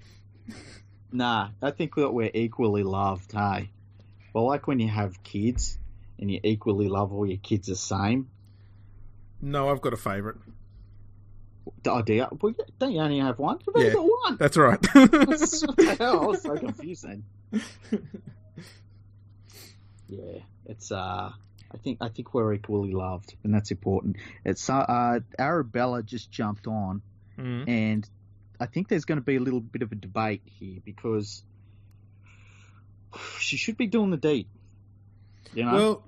B: Nah, I think that we're equally loved. Hey, well, like when you have kids and you equally love all your kids the same.
A: No, I've got a favourite.
B: Oh, do you, well, don't you only have one? You've only
A: Yeah.
B: got one.
A: That's all right. [LAUGHS]
B: [LAUGHS] what the hell? I was so confused then. [LAUGHS] Yeah, it's uh, I think I think we're equally loved, and that's important. It's uh, uh Arabella just jumped on,
A: Mm.
B: and I think there's going to be a little bit of a debate here because she should be doing the deed. You know,
A: Well,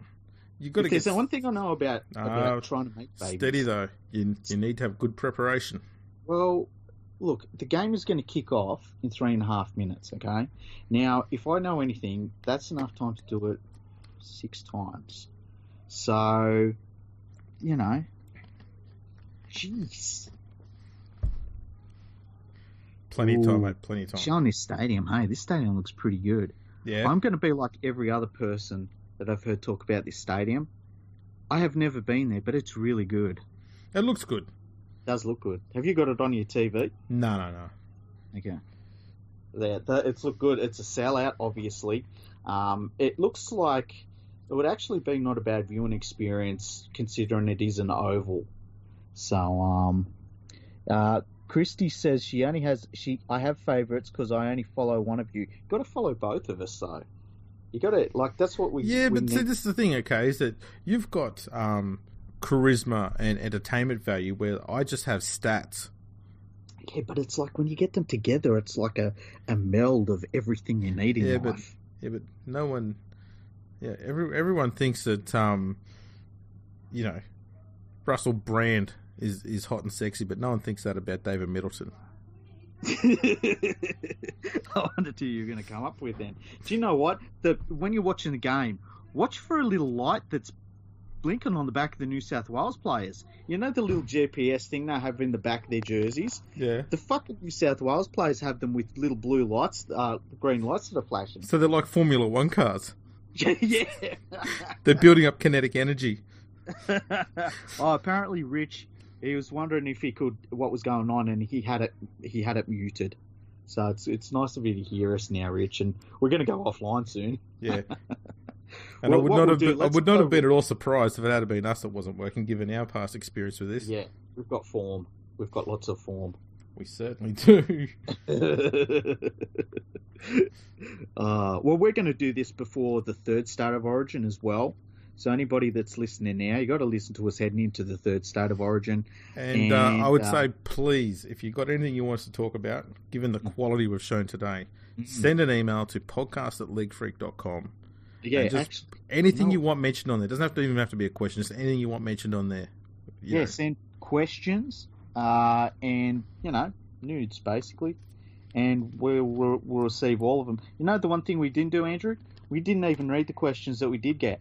A: you got to
B: if
A: get
B: there's one thing I know about, about
A: Ah,
B: trying to make babies.
A: steady though. You you need to have good preparation.
B: Well, look, the game is going to kick off in three and a half minutes, okay? Now, if I know anything, that's enough time to do it six times. So, you know, jeez.
A: Plenty of time,
B: Ooh.
A: mate. Plenty of
B: She
A: time.
B: on this stadium, hey, this stadium looks pretty good.
A: Yeah.
B: I'm going to be like every other person that I've heard talk about this stadium. I have never been there, but it's really good.
A: It looks good.
B: does look good. Have you got it on your TV?
A: No, no, no.
B: Okay. Yeah, that, it's looked good. It's a sellout, obviously. Um, it looks like it would actually be not a bad viewing experience considering it is an oval. So, um, uh, Christy says she only has she. I have favourites because I only follow one of you. Got to follow both of us though. You got to like that's what we.
A: Yeah,
B: we
A: but see,
B: need-
A: this is the thing, okay, is that you've got um, charisma and entertainment value where I just have stats.
B: yeah, but it's like when you get them together, it's like a, a meld of everything you need in
A: Yeah, but-
B: life.
A: Yeah, but no one, yeah, every, everyone thinks that, um, you know, Russell Brand is, is hot and sexy, but no one thinks that about David Middleton.
B: [LAUGHS] I wondered who you were going to come up with then. Do you know what? The, when you're watching the game, watch for a little light that's blinking on the back of the New South Wales players. You know the little GPS thing they have in the back of their jerseys?
A: Yeah.
B: The fucking New South Wales players have them with little blue lights, uh, green lights that are flashing. [LAUGHS]
A: So they're like Formula One cars.
B: yeah.
A: They're building up kinetic energy.
B: [LAUGHS] oh, apparently Rich, he was wondering if he could, what was going on, and he had it, he had it muted.
D: So it's it's nice of you to hear us now, Rich, and we're going to go offline soon.
A: [LAUGHS] Yeah. And I
D: Well,
A: would
D: what
A: not
D: we'll
A: have
D: do,
A: been, I
D: let's
A: would not
D: go
A: have been
D: with-
A: at all surprised if it had been us that wasn't working, given our past experience with this.
D: Yeah, we've got form. We've got lots of form.
A: We certainly [LAUGHS] do.
D: uh,
B: well, we're going to do this before the third state of origin as well. So anybody that's listening now, you got to listen to us heading into the third state of origin.
A: And uh, I would
B: And, uh,
A: say, please, if you've got anything you want us to talk about, given
B: Mm.
A: the quality we've shown today, Mm-hmm. send an email to podcast at leaguefreak.com.
B: Yeah,
A: And just-
B: actu-
A: Anything
B: No.
A: you want mentioned on there doesn't have to even have to be a question. Just anything you want mentioned on there. You
B: yeah,
A: know,
B: send questions uh, and you know nudes basically, and we'll, we'll we'll receive all of them. You know the one thing we didn't do, Andrew, we didn't even read the questions that we did get.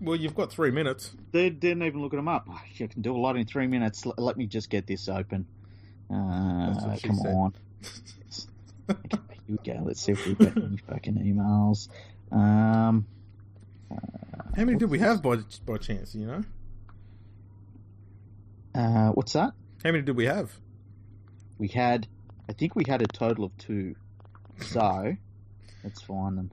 A: Well, you've got three minutes.
B: They didn't even look at them up. [LAUGHS] Oh, you can do a lot in three minutes. L- Let me just get this open.
A: That's
B: Uh,
A: what she
B: come
A: said. [LAUGHS]
B: on. Okay, here we go. Let's see if we get any fucking emails. Um,
A: How many did we have by by chance? You know,
B: uh, what's that?
A: how many did we have?
B: We had, I think we had a total of two. So, let's find them.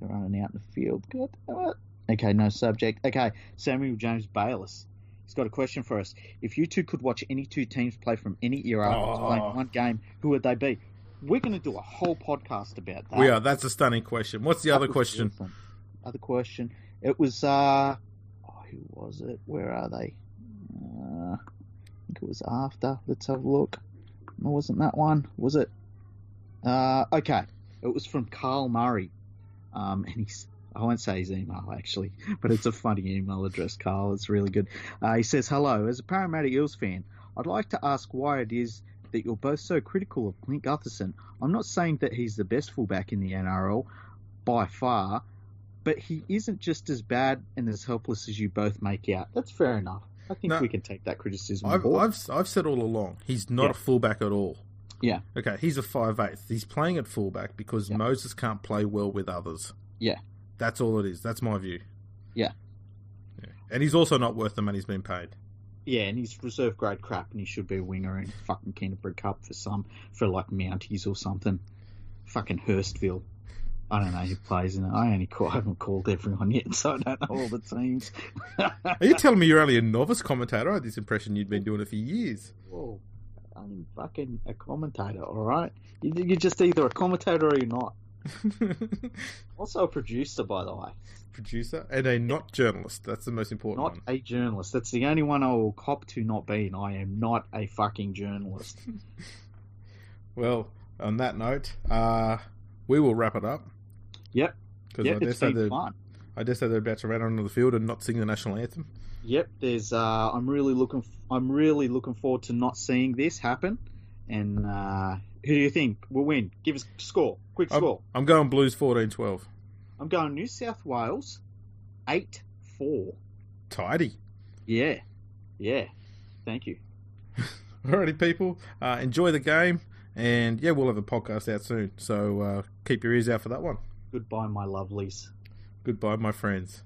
B: They're running out in the field. God damn it. Okay, no subject. Okay, Samuel James Bayless. He's got a question for us. If you two could watch any two teams play from any era to
A: Oh.
B: play in one game, who would they be? We're going to do a whole podcast about that.
A: we are. That's a stunning question. What's the
B: That
A: other
B: was
A: question?
B: awesome. Other question. It was, uh, oh, who was it? Where are they? Uh, I think it was after. Let's have a look. No, wasn't that one? Was it? Uh, okay. It was from Carl Murray. Um, and he's, I won't say his email actually, but it's a funny email address, Carl. It's really good. Uh, he says, Hello, as a Parramatta Eels fan, I'd like to ask why it is that you're both so critical of Clint Gutherson. I'm not saying that he's the best fullback in the NRL by far, but he isn't just as bad and as helpless as you both make out. That's fair enough. I think
A: No.
B: we can take that criticism. on
A: I've,
B: board.
A: I've I've said all along he's not
B: Yeah.
A: a fullback at all.
B: Yeah.
A: Okay, he's a five eighth. He's playing at fullback because
B: Yeah.
A: Moses can't play well with others.
B: Yeah.
A: That's all it is. That's my view.
B: Yeah.
A: Yeah. And he's also not worth the money he's been paid.
B: Yeah, and he's reserve grade crap, and he should be a winger in fucking Canterbury Cup for some, for like Mounties or something. Fucking Hurstville. I don't know who plays in it. I only call, I haven't called everyone yet, so I don't know all the teams. [LAUGHS]
A: Are you telling me you're only a novice commentator? I had this impression you'd been doing it for
B: [LAUGHS]
A: years.
B: Whoa, I'm even fucking a commentator, all right? You, you're just either a commentator or you're not. Also a producer, by the way,
A: Producer and a not journalist. That's the most important
B: not
A: one.
B: a journalist. That's the only one I will cop to not being. I am not a fucking journalist.
A: Well, on that note, uh, we will wrap it up.
B: Yep.
A: Because
B: Yep,
A: I, dare
B: it's
A: say
B: been
A: they're-
B: fun.
A: I dare say they're about to run onto the field and not sing the national anthem.
B: Yep, there's. Uh, I'm really looking. F- I'm really looking forward to not seeing this happen. And uh, who do you think will win? Give us a score, quick score.
A: I'm going Blues 14 12.
B: I'm going New South Wales, eight four.
A: Tidy. [LAUGHS]
B: Yeah, yeah. Thank you.
A: Alrighty, people. Uh, enjoy the game. And yeah, we'll have a podcast out soon. So uh, keep your ears out for that one.
B: Goodbye, my lovelies.
A: Goodbye, my friends.